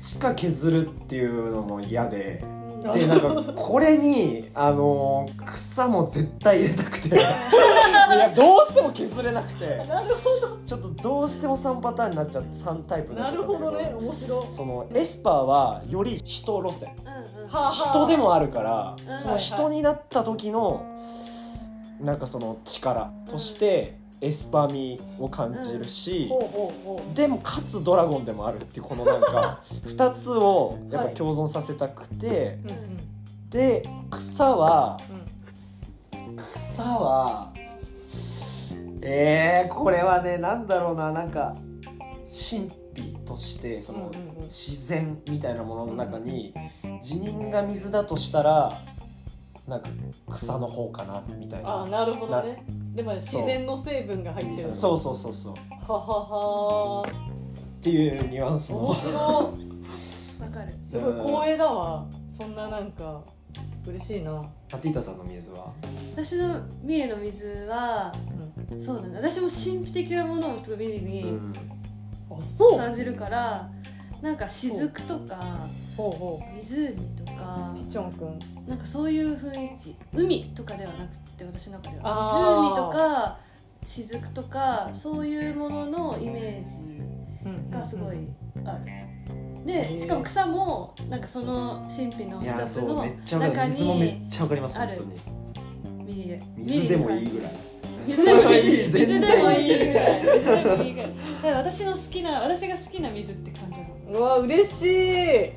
A: ちか削るっていうのも嫌で
B: あ
A: でなんかこれにあの草も絶対入れたく ていやどうしても削れなくて
B: なるほ
A: ちょっとどうしても3パターンになっちゃって3タイプ
B: ど
A: にな
B: な
A: っち
B: る
A: ゃったんだ
B: ほ
A: け
B: どね面白い
A: そのエスパーはより人路線
C: うんうん
B: はあはあ
A: 人でもあるから
C: うん
A: その人になった時のなんかその力としてエスパー味を感じるし
B: ほうほうほ
A: でもかつドラゴンでもあるっていうこのなん か2つをやっぱ共存させたくて
B: ううんうん
A: で草は
B: うん
A: 草はえー、これはねなんだろうななんか神秘としてその
B: うんうんうん
A: 自然みたいなものの中に辞任が水だとしたらなんか草の方かなみたい
B: あ
A: な
B: ーなるほどねでも自然の成分が入ってるの
A: そうそうそうそうっ
B: はははは
A: ていうニュアンス
B: 面
A: も
B: 白
C: わかる
B: いすごい光栄だわそんななんか嬉しいな、
A: パティータさんの水は
C: 私のミレの水は
B: うん、
C: そうなんだ私も神秘的なものをすごいミレ
A: う
C: に
A: ん
B: あそう
C: 感じるからなんか雫とか
B: ほうほ
C: 湖とか
B: うピチョンくん
C: なんかそういう雰囲気海とかではなくて私の中では
B: あー
C: 湖とか雫とかそういうもののイメー
B: うん
C: ジがすごいあるでしかも草もなんかその神秘の
A: いや
C: 一つ
A: そう
C: の
A: めっちゃわか
C: 中
A: る
C: に
A: 水もめっちゃわかります
C: あ
A: 本
C: る
A: 当に
C: ミレ
A: 水でもいいぐらい
C: 水でも いい
A: いい
C: 水
A: 全
C: でも
A: 然
C: い
A: い
C: い
A: い
C: ぐらい水でもいいぐらいだから私の好きな私が好きな水って感じの
B: うわ嬉し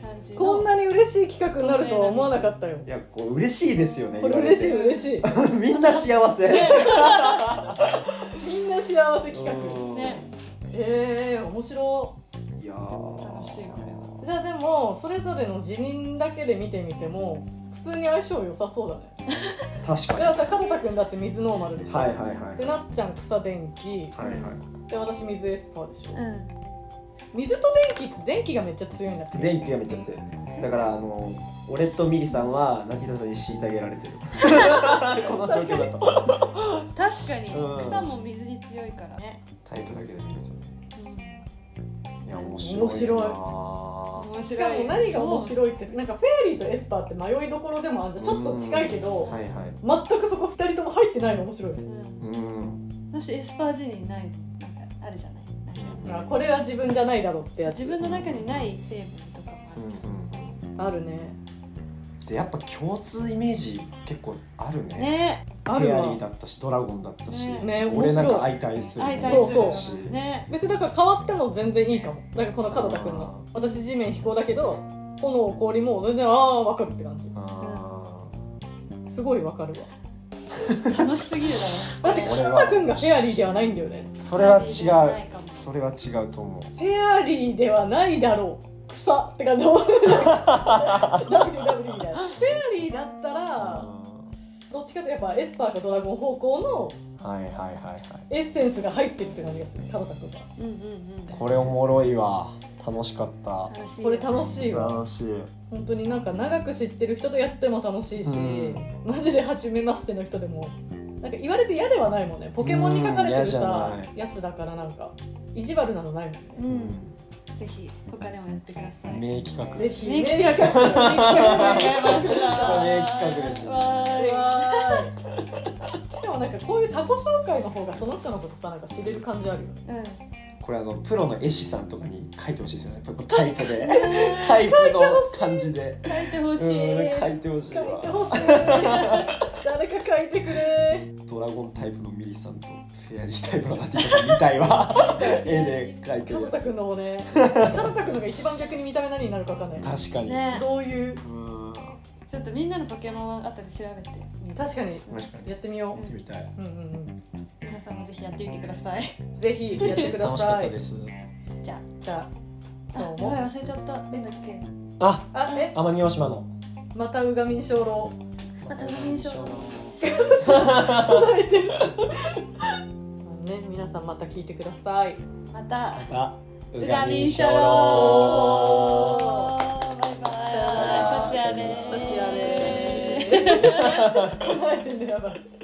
C: 感じ
B: い
C: の
B: こんなに嬉しい企画になるとは思わなかったよ
A: いやこう嬉しいですよね
B: こ
A: 言
B: れ
A: われ
B: 嬉しい
A: て
B: 嬉しい
A: みんな幸せ
B: みんな幸せ企画
A: うん
C: ね
B: えー、面白
A: いやー
C: 楽しいこ
B: い
C: れ
B: じゃあでもそれぞれの辞任だけで見てみても普通に相性良さそうだね
A: 確
B: だ
A: か
B: か
A: に
B: らさ門田君だって水ノーマルでしょ、
A: はいはいはい
B: でなっちゃん草電気
A: はいはい
B: で私水エスパーでしょ、
C: うん
B: 水と電気って電気がめっちゃ強いんだって
A: で電気がめっちゃ強いねだからあの俺とミリさんはナティタさんに虐げられてるこの状況だと
C: 確かに
A: うん
C: 草も水に強いからね、
A: タイプだけで見るとね
C: うん
A: いや面白いな
B: 面白い
A: は
C: 面
B: しか
C: 白い
B: も何が面白いってなんかフェアリーとエスパーって迷いどころでもあるじゃんちょっと近いけど、
A: いはい
B: 全くそこ2人とも入ってないの面白いね
C: うん
A: うん
C: 私エスパージニーないなんかあるじゃないなんか
B: あこれは自分じゃないだろうってやつ
C: 自分の中にない成分とかもあ
A: うん
C: る
A: うん
B: ある
C: じゃん、
B: ね
A: でやっぱ共通イメージ結構あるね
C: ね
B: あ
A: フ
B: る
A: ェア
B: わ
A: リーだったしドラゴンだったし、
C: ね
B: ね面
A: 俺なんか
B: 白い
A: 相対する
C: 相対
B: そうそう
C: するね
B: 別にだから変わっても全然いいかもだからこの角田君の私地面飛行だけど炎氷も全然ああ分かるって感じ
A: あ
B: すごい分かるわ
C: 楽しすぎるだ
B: だ
C: ろ
B: って角田君がフェアリーではないんだよね
A: ーそれは違
C: ないかも
A: うそれは違うと思う
B: フェアリーではないだろう草って感じ WW みたいなフェアリーだったらどっちかってやっぱエスパーかドラゴン方向の
A: はいはいはいはい
B: エッセンスが入ってるって感じがする角田君は
C: うんうんうん
A: これおもろいわ楽しかった
C: 楽しいよ
B: これ楽しいわ
A: 楽しい
B: 本当になんか長く知ってる人とやっても楽しいし、
A: うん
B: マジで初めましての人でもなんか言われて嫌ではないもんねポケモンに書かれて
A: うん
B: る
A: 嫌じゃ
B: さ
A: ない
B: やつだからなんか意地悪なのないもんね、
C: うんぜひ他でもやってください
A: 名企画
B: ぜひ
C: 名
B: 名企画
A: 名企画です
C: わーい
B: わーいしかもなんかこういう自己紹介の方がその人のことさなんか知れる感じあるよね
C: うん
A: これあのプロの絵師さんとかに書いてほしいですよね タイプでタイプの感じで
C: 書いてほ
A: うん
C: しい
A: 書いてほしい
B: 書いて
A: わ
B: ほしい誰か書いてくれ
A: ドラゴンタイプのミリさんとフェアリータイプのナティコ さん見たいわ絵で 描いて
B: 角
A: る
B: 田
A: やつ
B: 君のもね角田君のが一番逆に見た目何になるかわかんない
A: 確かに、
C: ね
B: どういう
A: うん
C: ちょっとみんなのポケモンあたり調べてみる
B: 確かに
A: 確かに
B: やってみよ
A: 見てみたいう
B: うんうん
C: 皆さんもぜひやってみてください
B: うんぜひやってくだ
A: 楽しかっ
B: さ
A: た
B: い
A: です
C: じゃあ
B: じゃ
C: あやばい忘れちゃったなんだっけ
A: あ
B: ああえ
A: 奄美大島の
B: またうがみん 鐘楼
C: また海にしよう
B: 唱えてるね皆さんまた聞いてください
C: また
A: あう
C: う
A: が
C: が
A: み
C: み
A: ん
C: ん
A: し
C: し
A: ょ
C: ょろ
A: ろ
C: バイバイ
A: バイバイ
C: こちらね
B: こちらね唱えてんのやばい